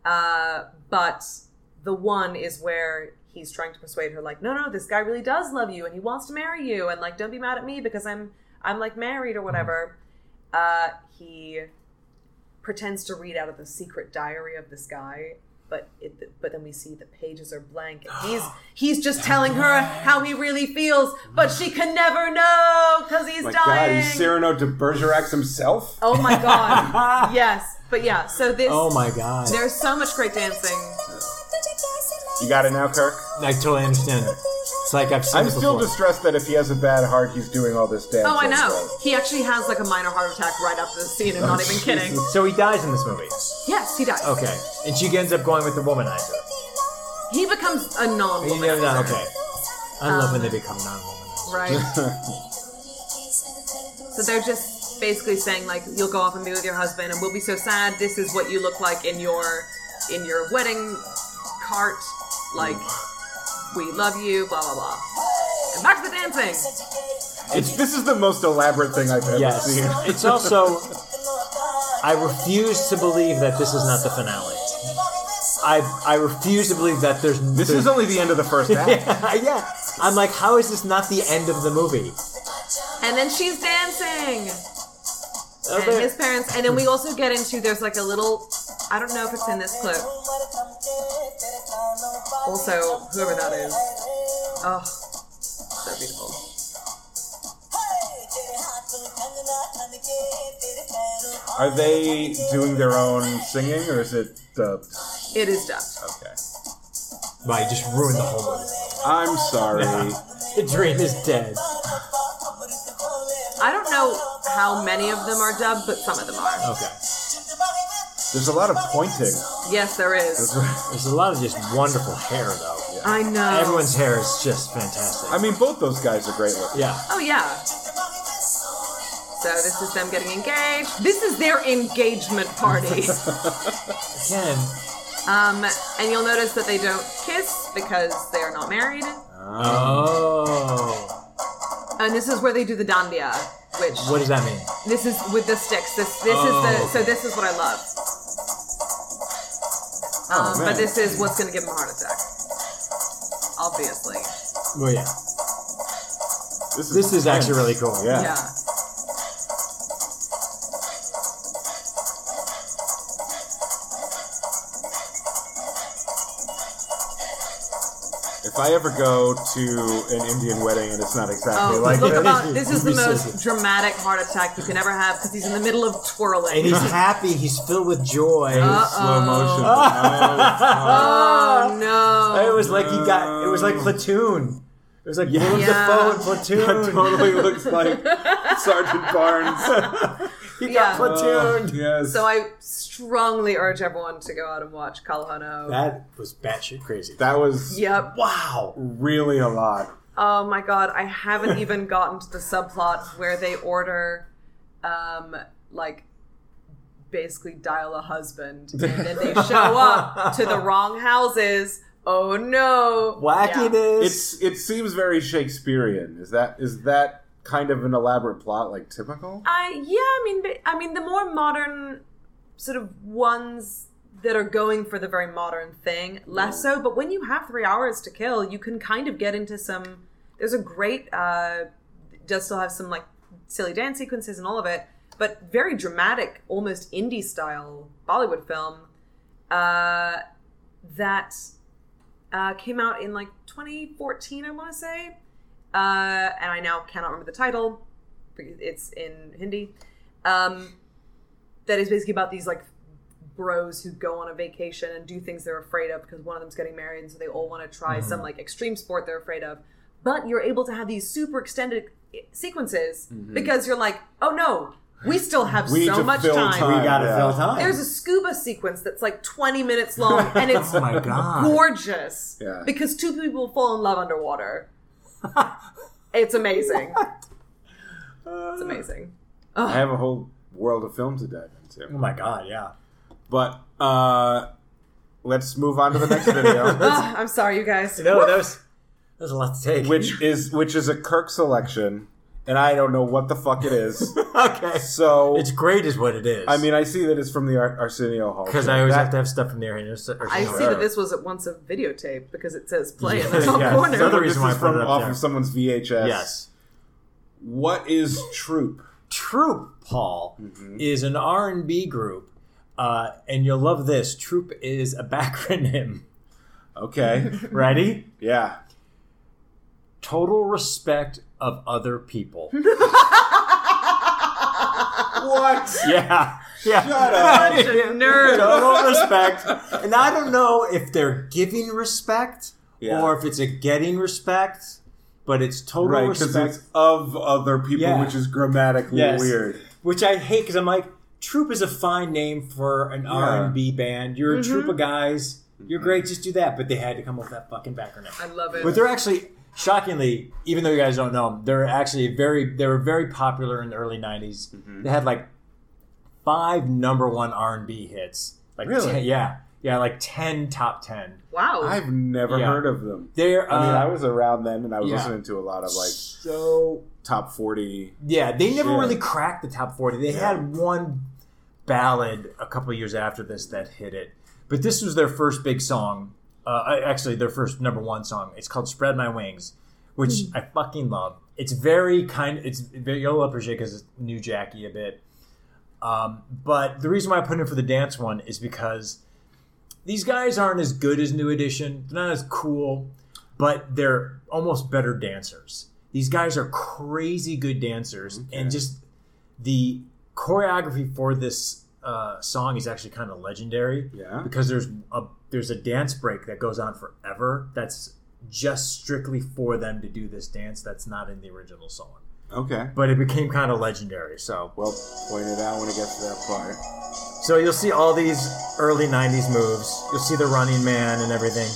Uh, but the one is where he's trying to persuade her, like, no, no, this guy really does love you and he wants to marry you, and like, don't be mad at me because I'm I'm like married or whatever. Uh, he pretends to read out of the secret diary of this guy. But it, but then we see the pages are blank. And he's he's just telling her how he really feels, but she can never know because he's
My God,
dying.
he's Cyrano de Bergerac himself?
Oh my god. yes. But yeah, so this
Oh my god.
there's so much great dancing.
You got it now, Kirk?
I totally understand it. It's like I've seen
I'm
it
still
before.
distressed that if he has a bad heart, he's doing all this dancing.
Oh I know. He actually has like a minor heart attack right after the scene, I'm not even kidding.
So he dies in this movie.
Yes, he dies.
Okay. And she ends up going with the womanizer.
He becomes a non
You
woman.
know that- okay. I love when they become non-womanizers.
Right. so they're just basically saying like you'll go off and be with your husband and we'll be so sad. This is what you look like in your in your wedding cart. Like we love you, blah blah blah. And back to the dancing.
It's, this is the most elaborate thing I've ever
Yes.
[LAUGHS] seen.
It's also. I refuse to believe that this is not the finale. I I refuse to believe that there's.
This is only the end of the first act.
[LAUGHS] yeah, yeah. I'm like, how is this not the end of the movie?
And then she's dancing.
Oh,
and
there-
his parents. And then we also get into there's like a little, I don't know if it's in this clip. Also, whoever that is. Oh, so beautiful.
Are they doing their own singing or is it dubbed?
It is dubbed.
Okay.
Wow, you just ruined the whole movie.
I'm sorry.
The dream is dead.
I don't know how many of them are dubbed, but some of them are.
Okay.
There's a lot of pointing.
Yes, there is.
There's a lot of just wonderful hair, though.
I know.
Everyone's hair is just fantastic.
I mean, both those guys are great looking.
yeah.
Oh yeah. So this is them getting engaged. This is their engagement party.
Again.
um, and you'll notice that they don't kiss because they are not married.
Oh.
And this is where they do the dandia, which
What does that mean?
this is with the sticks. This this
Oh,
is the
okay.
so this is what I love. Um,
man.
but this is what's going to give them a heart attack. Obviously.
Well, yeah.
This is,
This is
intense.
actually really cool.
Yeah.
Yeah.
If I ever go to an Indian wedding and it's not exactly
Oh,
like
look
it,
about this is the
This is-
most dramatic heart attack you can ever have because he's in the middle of twirling.
And he's happy. He's filled with joy.
Uh-oh.
slow [LAUGHS] motion. Oh,
oh no!
It was like he got. It was like platoon. It was like
Yeah.
Willem
Yeah.
Dafoe in [LAUGHS]
oh.
platoon.
That totally looks like Sergeant Barnes.
He
Yeah.
got
Oh,
platooned.
yes.
So I strongly urge everyone to go out and watch Kalahano.
That was batshit crazy.
that was
yep.
wow.
really a lot.
Oh my god,
[LAUGHS]
I haven't even gotten to the subplot where they order, um, like, basically dial a husband, and then they show up
[LAUGHS]
to the wrong houses. Oh no!
Wacky
Yeah.
it is.
It's it seems very Shakespearean. Is that is that kind of an elaborate plot like typical?
I yeah, I mean, but- I mean, the more modern sort of ones that are going for the very modern thing, less so. But when you have three hours to kill, you can kind of get into some. There's a great. Uh, does still have some like silly dance sequences and all of it, but very dramatic, almost indie style Bollywood film uh, that uh, came out in like 2014, I want to say. Uh, and I now cannot remember the title. but It's in Hindi. Um, that is basically about these like bros who go on a vacation and do things they're afraid of because one of them's getting married, and so they all want to
Mm-hmm.
try some like extreme sport they're afraid of. But you're able to have these super extended eh, sequences because you're like, oh no, we still have
Mm-hmm. We need
so
to
much
fill time.
we got to
Yeah.
fill time.
there's a scuba sequence that's like 20
[LAUGHS]
minutes long and it's
oh
[LAUGHS]
my god.
gorgeous
Yeah.
because two people fall in love underwater. it's amazing. It's amazing.
I have a whole world of film to dive
Oh
into.
my god. Yeah.
But uh let's move on to the next
[LAUGHS]
video,
Ah, I'm sorry, you guys.
No, that was that was a lot to take.
which is which is a Kirk selection, and I don't know what the fuck it is.
[LAUGHS] okay.
So
It's great, is what it is.
I mean, I see that it's from the Ar- Arsenio Hall
because
show.
I always
That-
have to have stuff from the arena.
I see
Sure.
that this was at once a videotape because it says
[LAUGHS]
play in the top
Yes.
corner.
Another
This
reason why I
is
put
from
it up
off
there.
of someone's VHS.
Yes.
What is Troop?
Troop Paul
Mm-hmm.
is an R and B group, uh, and you'll love this. Troop is a [LAUGHS] backronym.
Okay. [LAUGHS]
Ready?
Mm-hmm.
yeah.
Total respect of other
[LAUGHS]
people.
[LAUGHS] What?
yeah. Yeah.
Shut up.
Bunch
[LAUGHS]
of nerds.
Total respect. And I don't know if they're giving respect
Yeah.
or if it's a getting respect, but it's total
Right, because
respect.
it's of other people,
Yeah.
which is grammatically
Yes.
weird.
which I hate because I'm like, Troop is a fine name for an R and B band. You're a troop of guys. You're great.
Mm-hmm.
Just do that. But they had to come up with that fucking
I
backronym.
love it.
But they're actually shockingly, even though you guys don't know them, they're actually very they were very popular in the early '90s.
Mm-hmm.
They had like five number one R and B hits. Like
Really?
10 yeah, yeah, like ten top ten.
wow.
I've never
Yeah.
heard of them.
They're uh,
I mean, I was around then, and I was
yeah.
listening to a lot of like
so
top forty.
Yeah, they never
Shit.
really cracked the top 40. They
Yeah.
had one ballad a couple years after this that hit it. But this was their first big song. Uh, actually, their first number one song. It's called Spread My Wings, which I fucking love. It's very kind. It's very, you'll appreciate because it's new Jackie a bit. Um, but the reason why I put in for the dance one is because these guys aren't as good as New Edition. They're not as cool, but they're almost better dancers. These guys are crazy good dancers, and just the choreography for this uh, song is actually kind of legendary.
Yeah.
because there's a there's a dance break that goes on forever. That's just strictly for them to do this dance. That's not in the original song,
Okay.
but it became kind of legendary. So
Well, point it out when it gets to that part.
so you'll see all these early 90s moves. You'll see the running man and everything.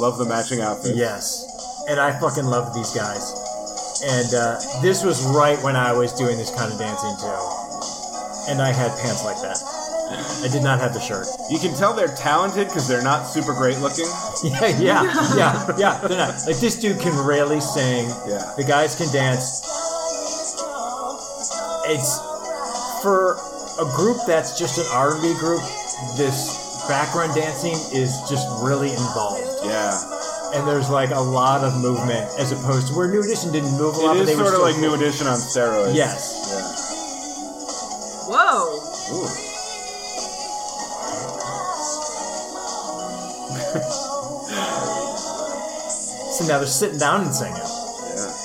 Love the matching outfits.
Yes. And I fucking love these guys. And uh, this was right when I was doing this kind of dancing too. And I had pants like that. I did not have the shirt.
You can tell they're talented because they're not super great looking.
Yeah, yeah, yeah, yeah. They're not. Like this dude can really sing.
Yeah.
The guys can dance. It's for a group that's just an R&B group. This background dancing is just really involved.
Yeah.
and there's like a lot of movement as opposed to where New Edition didn't move a lot.
It is
but they were
sort of
still
like
cool.
New Edition on steroids.
Yes.
Yeah.
Whoa.
Ooh.
So now they're sitting down and singing.
Yeah.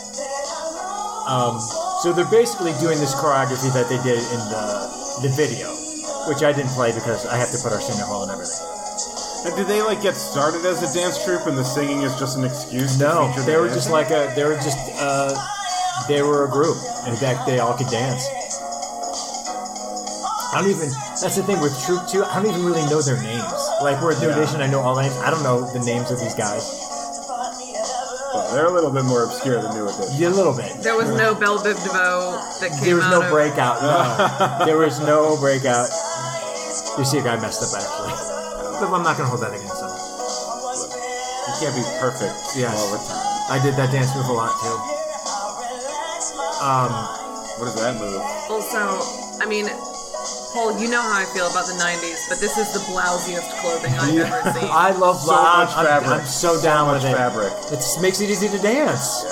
Um, so they're basically doing this choreography that they did in the the video, which I didn't play because I have to put our senior hall and everything.
And do they like get started as a dance troupe and the singing is just an excuse?
No,
to feature
they
the
were
dance?
just like a they were just uh, they were a group. In fact, they all could dance. I don't even. That's the thing with Troop Two. I don't even really know their names. Like we're at New
Yeah.
Edition, I know all names. I don't know the names of these guys.
Well, they're a little bit more obscure than New Edition.
Yeah, a little bit.
There was no Belle Biv DeVoe that came
There was
out
no
of-
breakout.
[LAUGHS]
No. [LAUGHS] there was no breakout. You see, a guy messed up actually. But I'm not gonna hold that against him.
You can't be perfect
Yes.
all the time.
I did that dance move a lot too. Um,
What is that move?
Also, I mean, Paul, you know how I feel about the 90s, but this is the blousiest clothing I've ever seen.
[LAUGHS] I love
So
loud.
much
I'm-
fabric.
I'm, so down
much
with it.
fabric.
It just makes it easy to dance.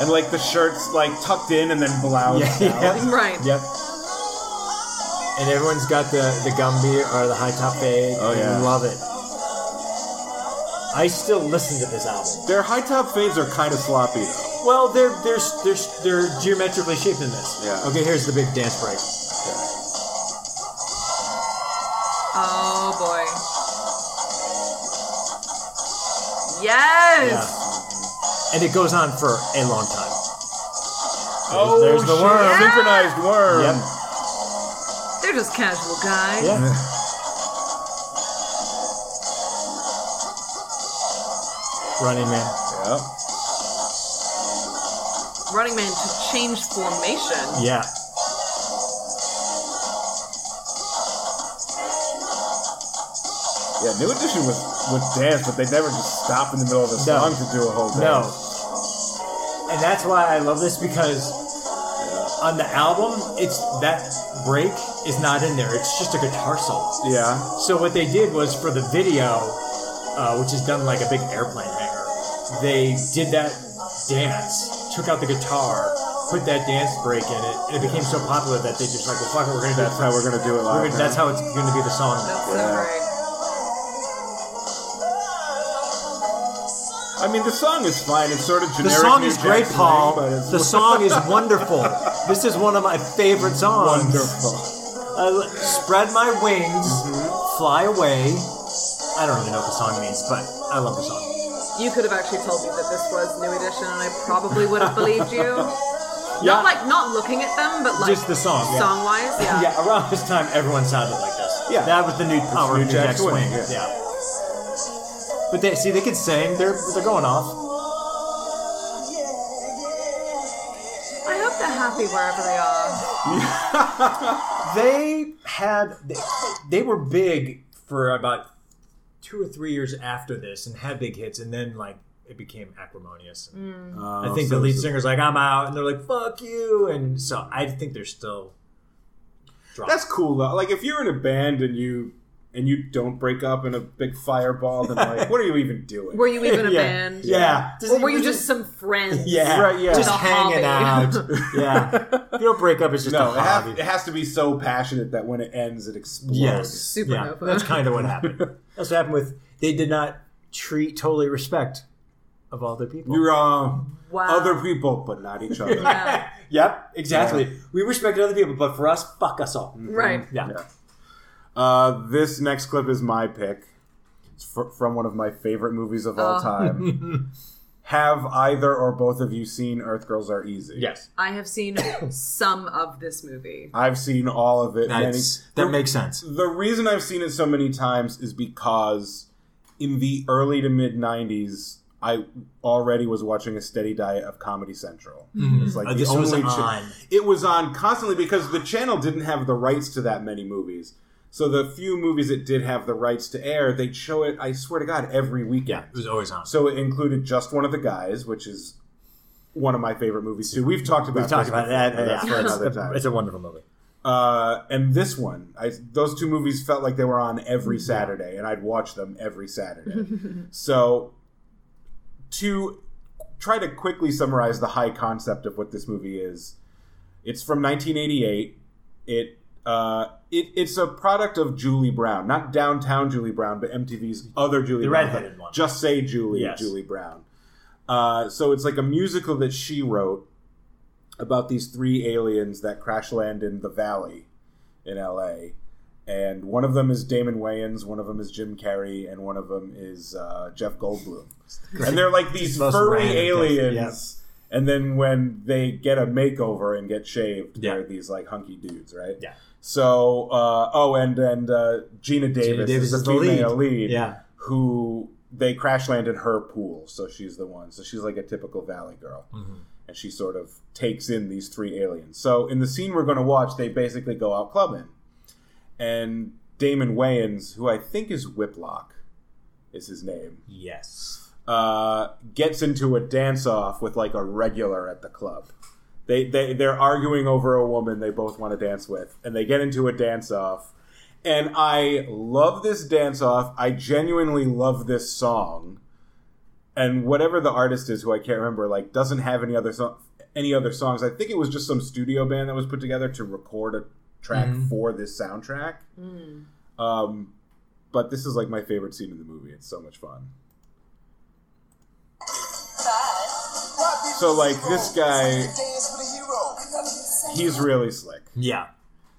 And like the shirts like tucked in and then bloused out.
[LAUGHS] yep.
Right.
Yep. And everyone's got the the Gumby or the high top fade.
Oh, yeah.
Love it. I still listen to this album.
Their high top fades are kind of sloppy though.
Well, they're they're they're, they're geometrically shaped in this.
Yeah.
Okay, here's the big dance break.
Oh, boy. Yes!
Yeah. And it goes on for a long time.
Oh,
there's the
shit.
worm.
Yeah.
Synchronized worm.
Yep.
They're just casual guys.
Yeah. Running man.
Yep.
Running Man to change formation.
Yeah.
Yeah, New Edition would, would dance, but they never just stop in the middle of a
No.
song to do a whole dance.
No. And that's why I love this because on the album, it's that break is not in there. It's just a guitar solo.
Yeah.
So what they did was for the video, uh, which is done like a big airplane hangar, they did that dance, took out the guitar, put that dance break in it, and it became so popular that they just like, well, fuck it, we're gonna do
That's
that.
how we're gonna do it
We're
live.
gonna, that's how it's gonna be the song.
That's
Yeah.
so
I mean, the song is fine. It's sort of
The
generic.
song
New
is great,
Jack Swing,
Paul.
[LAUGHS] but it's
The song is wonderful. This is one of my favorite songs.
wonderful.
I l- Uh, spread my wings, fly away. I don't even know what the song means, but I love the song.
great. You could have actually told me that this was New Edition, and I probably would have
[LAUGHS]
believed you.
Yeah.
Not like not looking at them, but like
Just the song, yeah.
Song wise, yeah.
Yeah, around this time, everyone sounded like this.
Yeah.
that was the new power
new
of New
Jack
Jack, Swing.
Swing,
Yeah.
yeah.
but they see they could sing. They're they're going [LAUGHS] off.
I hope they're happy wherever they are.
They had they, they were big for about two or three years after this and had big hits, and then like it became acrimonious. I think
Oh,
the lead singer's like, "I'm out," and they're like, "Fuck you," and so I think they're still. dropped.
That's cool though. Like if you're in a band and you and you don't break up in a big fireball, then like, what are you even doing?
Were you even
[LAUGHS]
a
yeah.
band?
Yeah.
[LAUGHS] Or were you just some friends?
yeah,
Right, yeah.
just
The
hanging [LAUGHS]
hobby.
out? yeah, you don't break up. It's just
No,
a
it has,
hobby.
it has to be so passionate that when it ends, it explodes.
Yes,
Supernova.
Yeah, that's kind of what [LAUGHS] happened. that's what happened with they did not treat totally respect of all the people.
You're uh,
Wow.
other people, but not each other.
[LAUGHS]
Yeah.
yep, exactly. We respected other people, but for us, fuck us all.
Right.
Mm. Yeah.
Yeah. Uh, this next clip is my pick. It's fr- from one of my favorite movies of all
Oh.
time.
[LAUGHS]
Have either or both of you seen Earth Girls Are Easy?
Yes.
I have
[COUGHS]
seen some of this movie.
I've seen all of it. many-
That's, that makes sense.
the reason I've seen it so many times is because in the early to mid 90s, I already was watching a steady diet of Comedy Central. It's like
Uh,
the
this was
only cha-
on.
it was on constantly because the channel didn't have the rights to that many movies. So the few movies it did have the rights to air, they'd show it. I swear to God, every
Yeah,
weekend.
it was always on.
So it included just one of the guys, which is one of my favorite movies too. We've talked about
We've talked
this
about
before,
that.
but that's
yeah.
for [LAUGHS]
It's
another
a-
time.
It's a wonderful movie.
Uh, and this one, I, those two movies felt like they were on every Saturday, and I'd watch them every Saturday. so, to try to quickly summarize the high concept of what this movie is, it's from 1988. It uh, it it's a product of Julie Brown, not downtown Julie Brown, but MTV's other Julie
The
Brown.
redheaded one.
Just say Julie,
Yes.
Julie Brown. Uh, so it's like a musical that she wrote about these three aliens that crash land in the valley in LA. And one of them is Damon Wayans, one of them is Jim Carrey, and one of them is uh, Jeff Goldblum. And they're like these
the most
furry
random
aliens.
guess,
And then when they get a makeover and get shaved,
Yeah.
they're these like hunky dudes, right?
Yeah.
So, uh, oh, and and uh, Gina Davis,
Davis
is, the female lead,
Yeah.
who they crash land in her pool, so she's the one. So she's like a typical Valley girl, and she sort of takes in these three aliens. So in the scene we're going to watch, they basically go out clubbing, and Damon Wayans, who I think is Whiplock, is his name,
Yes.
uh, gets into a dance off with like a regular at the club. They, they they're arguing over a woman they both want to dance with, and they get into a dance off. And I love this dance off. I genuinely love this song. And whatever the artist is, who I can't remember, like doesn't have any other song, any other songs. I think it was just some studio band that was put together to record a track for this soundtrack. Um, but this is like my favorite scene in the movie. It's so much fun. So like this guy,
Dance for the hero.
he's really slick.
Yeah.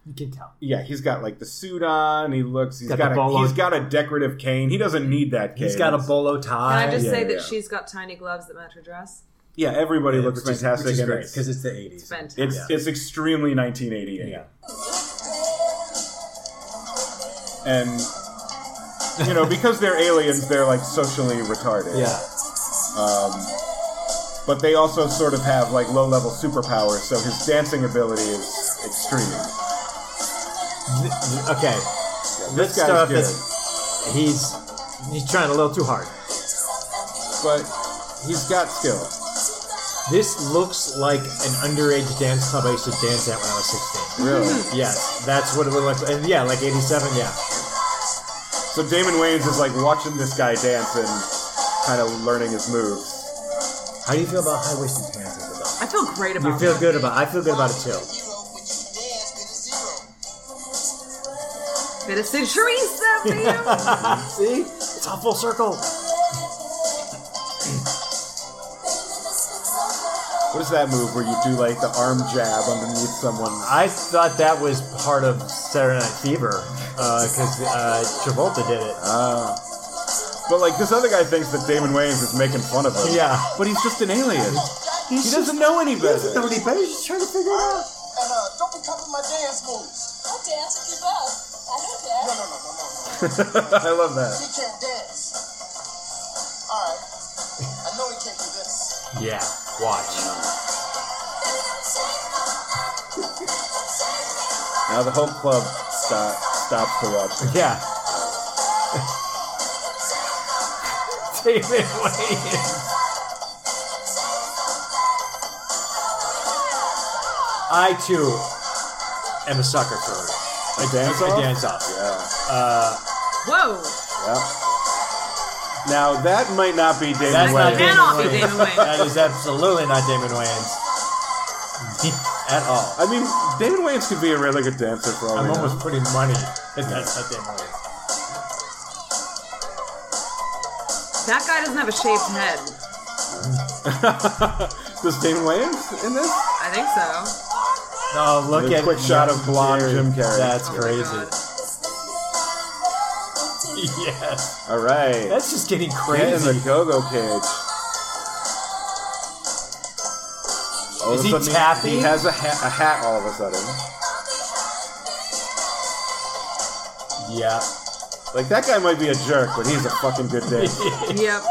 You can tell.
Yeah, he's got like the suit on. He looks. He's
Got
got,
the
a
bolo-
he's got a decorative cane. He doesn't need that cane.
He's got a bolo tie.
Can I just
yeah,
say that
yeah.
she's got tiny gloves that match her dress?
Yeah, everybody looks
Which is-
fantastic.
which is
and
great,
it's-
because it's the 80s.
Fantastic.
It's it's extremely 1988.
Yeah.
And you know, because they're aliens, they're like socially retarded.
Yeah.
But they also sort of have like low level superpowers, so his dancing ability is extreme.
Th- th- Okay.
This
Let's
guy's
start
good,
this. He's he's trying a little too hard.
but he's got skill.
This looks like an underage dance club I used to dance at when I was 16. [LAUGHS]
Really.
Yes, that's what it would look like. And yeah, like 87, yeah.
So Damon Wayans is like watching this guy dance and kind of learning his moves.
How do you feel about high-waisted pants as a belt?
I feel great about
You feel
that.
good about I feel good about it too.
Hero when you dance to the zero.
Bit of Teresa
[LAUGHS]
for you.
See? It's all full circle.
What is that move where you do like the arm jab underneath someone?
I thought that was part of Saturday Night Fever because uh, Travolta did it.
Ah. But like this other guy thinks that Damon Wayans is making fun of him.
Yeah.
But he's just an alien.
He's
He doesn't know any better.
any better. He's just trying to figure it out.
And uh, don't be copying my dance moves.
I'll dance with you both. I don't care.
No, no, no, no, no, no.
[LAUGHS] I love that.
He can't dance. All right. I know he can't do this.
Yeah. Watch.
Now the whole club stop, stops to watch. Him.
Yeah. [LAUGHS] David Wayans. I too am a sucker for a
dance
A
off?
dance off.
Yeah.
Whoa.
Yep. Now that might not be Damon
That's
Wayans.
[LAUGHS] not Damon
cannot be
Wayans. [LAUGHS]
Damon Wayans.
That is absolutely not Damon Wayans. at all.
I mean, David Wayans could be a really good dancer for all we
I'm
know.
almost putting money [LAUGHS] that that's not David Wayans.
That guy doesn't have a shaved head.
[LAUGHS] Does David Wayans in this?
I think so.
No, Oh, look
The
at
quick shot of blonde Jim Carrey.
That's
Oh my God.
[LAUGHS]
crazy. Yes,
All right.
that's just getting
Get in
crazy.
the go-go cage. All of
Is
a
he
sudden
tapping?
He has a, ha- a hat all of a sudden.
yeah.
Like, that guy might be a jerk, but he's a fucking good
[LAUGHS]
dancer.
Yep.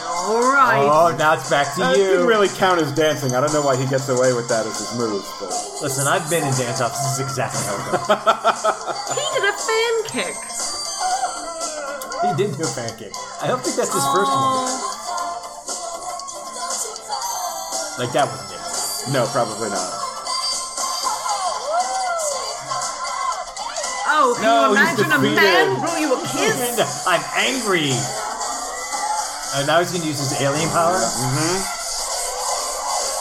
All right.
Oh, now it's back to
That
you.
didn't really count as dancing. I don't know why he gets away with that as his move, but...
Listen, I've been in dance offs. This is exactly how it
[LAUGHS]
goes.
He did a fan kick.
he did do a fan kick. I don't think that's his first one. Like that wasn't it.
No, probably not.
Oh, can
No,
you
he's
imagine a man
defeated.
who blew you a
[LAUGHS]
kiss?
I'm angry. Uh, now he's gonna use his alien power.
Mm-hmm.
[LAUGHS]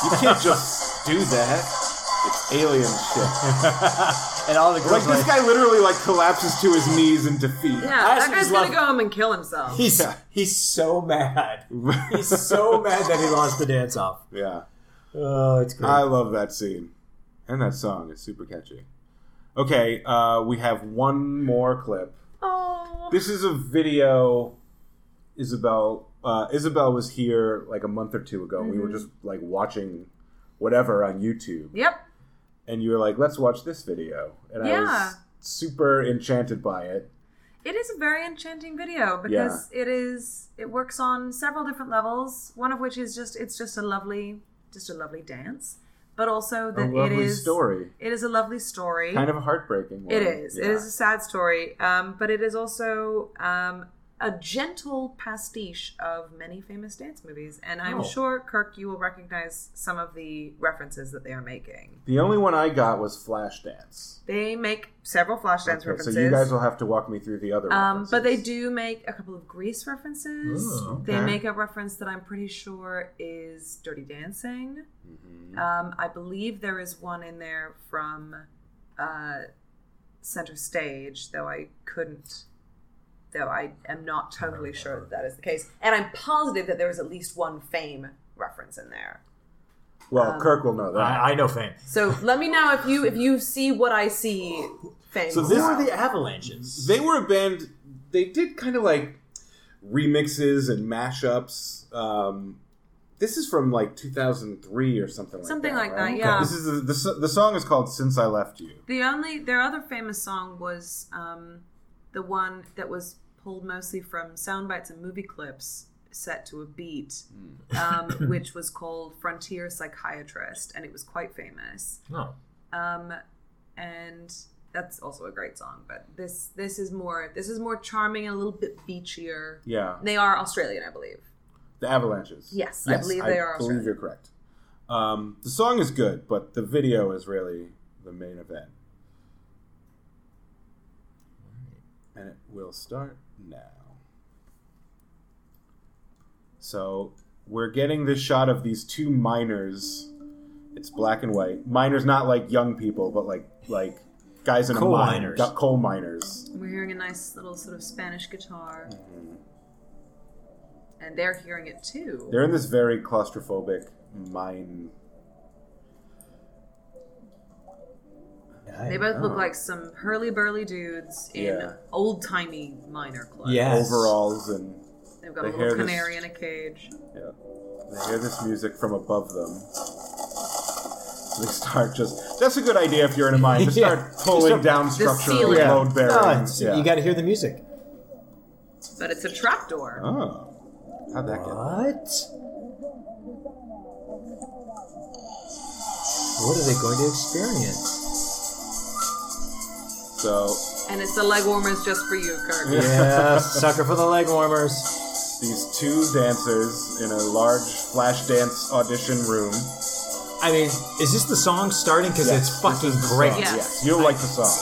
You can't just do that. It's alien shit.
[LAUGHS] and all the
Like
girls.
this guy literally like collapses to his knees in defeat.
I
Yeah, that
actually
guy's
just
gonna
love-
go home and kill himself.
He's
Yeah.
he's
[LAUGHS]
so mad. [LAUGHS] He's so mad that he lost the dance off.
Yeah.
Oh, it's great.
I love that scene. And that song is super catchy. Okay, uh, we have one more clip.
Oh,
This is a video Isabel uh, Isabel was here like a month or two ago. We
Mm-hmm.
were just like watching whatever on YouTube.
yep.
And you were like, let's watch this video. And I
Yeah.
was super enchanted by it.
It is a very enchanting video because it is it works on several different levels. One of which is just it's just a lovely just a lovely dance, but also
A
that it
lovely
is
story.
It is a lovely story.
Kind of a heartbreaking one.
It is. It
Yeah.
is a sad story, um, but it is also um, a gentle pastiche of many famous dance movies. And I'm
Oh.
sure, Kirk, you will recognize some of the references that they are making.
The only one I got was Flashdance.
They make several Flashdance
Okay, so
references.
you guys will have to walk me through the other
um,
references.
but they do make a couple of Grease references.
Ooh,
okay.
They make a reference that I'm pretty sure is Dirty Dancing.
Mm-hmm.
Um, I believe there is one in there from uh, Center Stage, though I couldn't, though I am not totally sure that that is the case. And I'm positive that there is at least one Fame reference in there.
Well,
um,
Kirk will know that.
I, I know fame.
So let me know if you if you see what I see. Fame.
So
Who
this-
are the Avalanches?
they were a band. They did kind of like remixes and mashups. Um, this is from like 2003 or something like
Something
that.
like that,
right?
yeah.
This is the, the so- the song is called "Since I Left You."
The only their other famous song was um, the one that was pulled mostly from sound bites and movie clips set to a beat, um, which was called "Frontier Psychiatrist," and it was quite famous.
No.
Um, and that's also a great song, but this this is more this is more charming and a little bit beachier.
Yeah,
They are Australian, I believe.
the Avalanches.
Yes, I believe they are
I believe
Australian.
you're correct. Um, the song is good, but the video is really the main event. And it will start now. So we're getting this shot of these two miners. It's black and white. Miners, not like young people, but like like guys in
Coal
a mine.
miners.
Got coal miners.
We're hearing a nice little sort of Spanish guitar, and they're hearing it too.
They're in this very claustrophobic mine.
They both look like some hurly burly dudes in
Yeah.
old timey miner clothes.
Yes.
Overalls and
They've got
They
a
hear
little
this-
canary in a cage.
Yeah. They hear this music from above them. They start just. That's a good idea if you're in a mine. Just
Yeah.
start pulling
Just start-
down
The
structure
ceiling.
with
Yeah.
load
No,
bearings.
it's-
yeah.
Ah, You got to hear the music.
But it's a trapdoor.
Oh. How'd that get?
What? What are they going to experience?
So
And it's the leg warmers just for you, Kirk.
[LAUGHS] Yes, sucker for the leg warmers.
these two dancers in a large flash dance audition room.
I mean, is this the song starting? Because
Yes,
it's fucking great.
song. Yes.
You'll like the song.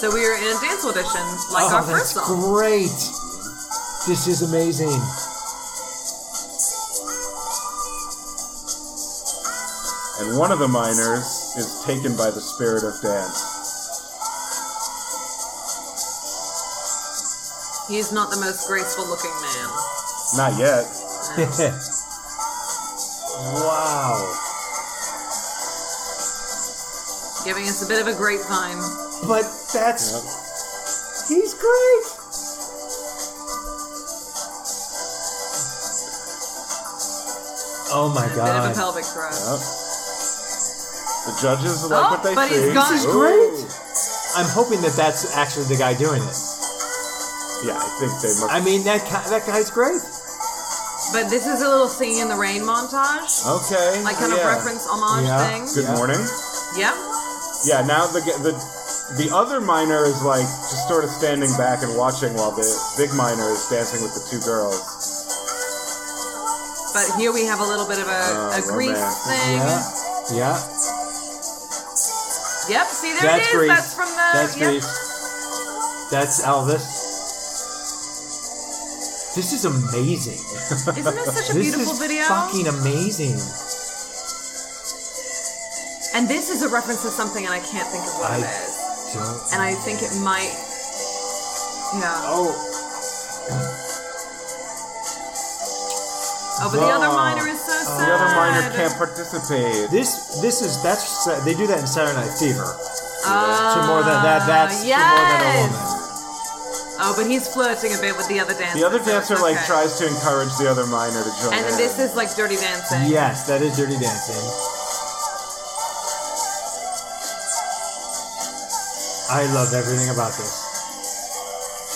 So we are in a dance audition like
oh,
our
that's
first song.
great. This is amazing.
And one of the minors is taken by the spirit of dance.
He's not the most graceful looking man.
Not yet.
wow.
Giving us a bit of a grapevine.
But that's. He's great. Oh my
A bit of a
god.
pelvic thrust.
Yep. The judges like
Oh,
what they
but
see.
he's gone.
This is great. I'm hoping that that's actually the guy doing this.
Yeah, I think they must.
I mean, that, guy, that guy's great.
But this is a little singing in the rain montage,
okay.
like kind
yeah.
of reference homage
Yeah.
thing.
Good
Yeah.
morning.
Yep.
Yeah, now the the the other minor is like just sort of standing back and watching while the big minor is dancing with the two girls.
But here we have a little bit of a,
Uh,
a grease
romance.
thing.
Oh, Yeah. Yeah.
Yep. See, there it
That's
is.
Grease.
That's from the.
That's
yep.
Grease. That's Elvis. This is amazing.
Isn't this such a
this
beautiful
is
video?
fucking amazing.
And this is a reference to something, and I can't think of what
I-
it is.
So-
And I think it might. Yeah.
oh,
Oh, but the other
Oh.
minor is so sad.
The other minor can't participate.
this this is that's they do that in Saturday Night Fever. to
Uh,
more than that, that's to
yes.
more than a woman.
Oh, but he's flirting a bit with the other dancer.
The other
so it's
dancer like
okay.
tries to encourage the other minor to join.
And
in.
this is like dirty dancing.
Yes, that is Dirty Dancing. I love everything about this.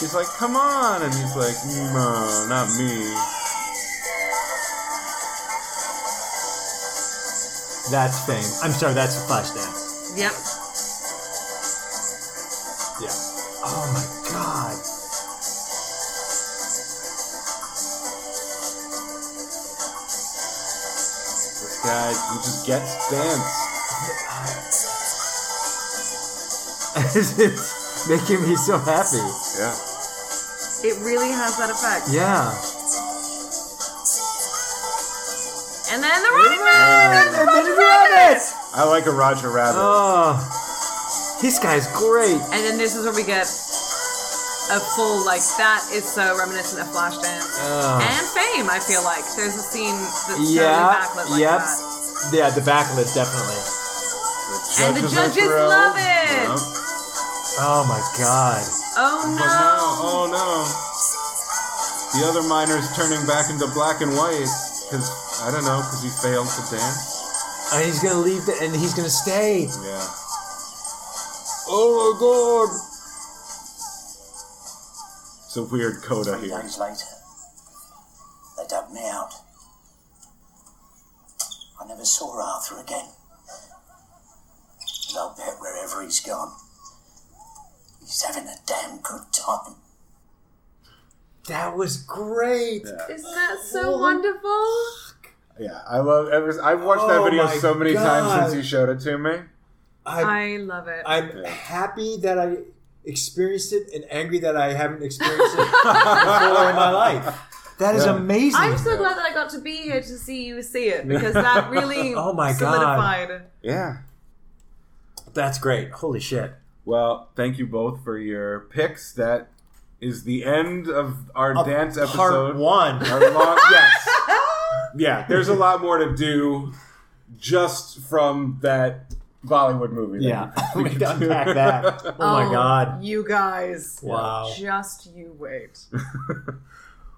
She's like, come on, and he's like, no, not me.
That's fame. I'm sorry, that's Flashdance.
Yep.
Yeah. Oh my god. [LAUGHS]
This guy who just gets dance.
it's making me so happy.
Yeah.
It really has that effect.
Yeah.
And then the running man.
And then rabbit!
I like a Roger Rabbit.
Oh, this guy's great.
Oh.
And then this is where we get a full like that is so reminiscent of Flashdance
Oh.
and Fame. I feel like there's a scene that's
yeah.
totally backlit like
yep.
that.
Yeah, the backlit definitely.
and the
are
judges
thrilled.
love it.
Yeah.
Oh my god.
Oh
But
no!
now, oh no. The other miner's turning back into black and white because, I don't know, because he failed to dance.
And he's gonna leave the, and he's gonna stay.
Yeah. Oh my god! It's a weird coda
Three
here.
days later, they dug me out. I never saw Arthur again. And I'll bet wherever he's gone, he's having a damn good time.
That was great.
Isn't that so wonderful?
Yeah, I love ever. I've watched that
Oh
video
my
so many
God.
times since you showed it to me.
I,
I love it.
I'm
Yeah.
happy that I experienced it and angry that I haven't experienced it
[LAUGHS]
before in my life. That is
Yeah.
amazing.
I'm so glad that I got to be here to see you see it
[LAUGHS]
because that really
Oh my God.
solidified.
Yeah.
That's great. Holy shit.
Well, thank you both for your picks. That is the end of our
Of
dance episode.
Part one.
Our long- yes. Yeah, [LAUGHS] there's a lot more to do just from that Bollywood movie. that
Yeah,
we
[LAUGHS] we
could
can
do.
unpack that.
[LAUGHS]
Oh, my god!
You guys,
Wow.
Just you wait. [LAUGHS]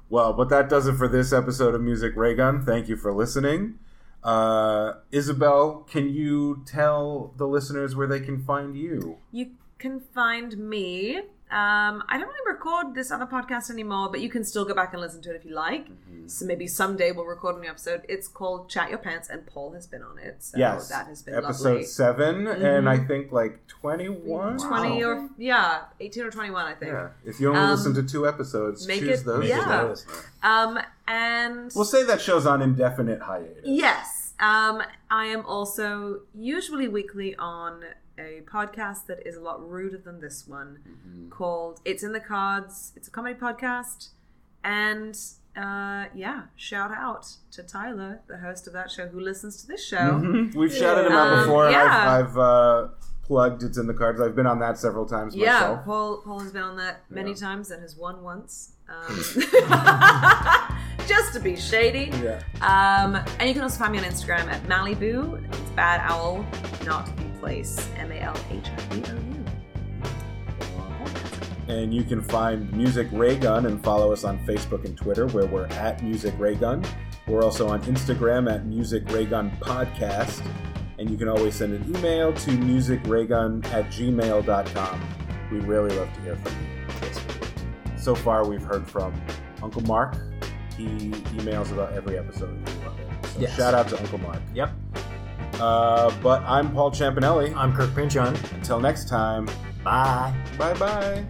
Well, but that does it for this episode of Music Raygun. Thank you for listening. Uh, Isabel, can you tell the listeners where they can find you?
You can find me. Um, I don't really record this other podcast anymore, but you can still go back and listen to it if you like. So maybe someday we'll record a new episode. It's called Chat Your Pants, and Paul has been on it. So
yes,
that has been
episode
lovely.
7 and I think like twenty-one.
20 or, yeah, 18 or 21, I think.
Yeah, if you only
Um,
listen to two episodes,
make
choose
it-
those. Yeah.
yeah. Um, and
We'll say that show's on indefinite hiatus.
yes, um, I am also usually weekly on a podcast that is a
Mm-hmm.
lot ruder than this one called It's in the Cards. It's a comedy podcast. And uh, yeah, shout out to Tyler, the host of that show, who listens to this show.
Mhm. [LAUGHS] We've shouted him out
Um,
before.
yeah.
I've, I've uh, plugged it's in the cards. I've been on that several times
Yeah,
myself.
Paul Paul has been on that many
Yeah.
times and has won once.
[LAUGHS]
Um, [LAUGHS] just to be shady.
Yeah.
Um, and you can also find me on Instagram at Malibu. It's Bad Owl, not the place. M A L H I B O U.
And you can find Music Ray Gun and follow us on Facebook and Twitter, where we're at Music Ray Gun. We're also on Instagram at Music Ray Gun Podcast. And you can always send an email to musicraygun at gmail.com. We really love to hear from you. So far, we've heard from Uncle Mark. He emails about every episode. and we love it. So
Yes.
shout out to Uncle Mark.
Yep.
Uh, but I'm Paul Champanelli.
I'm Kirk Pinchon.
Until next time,
Bye.
bye bye.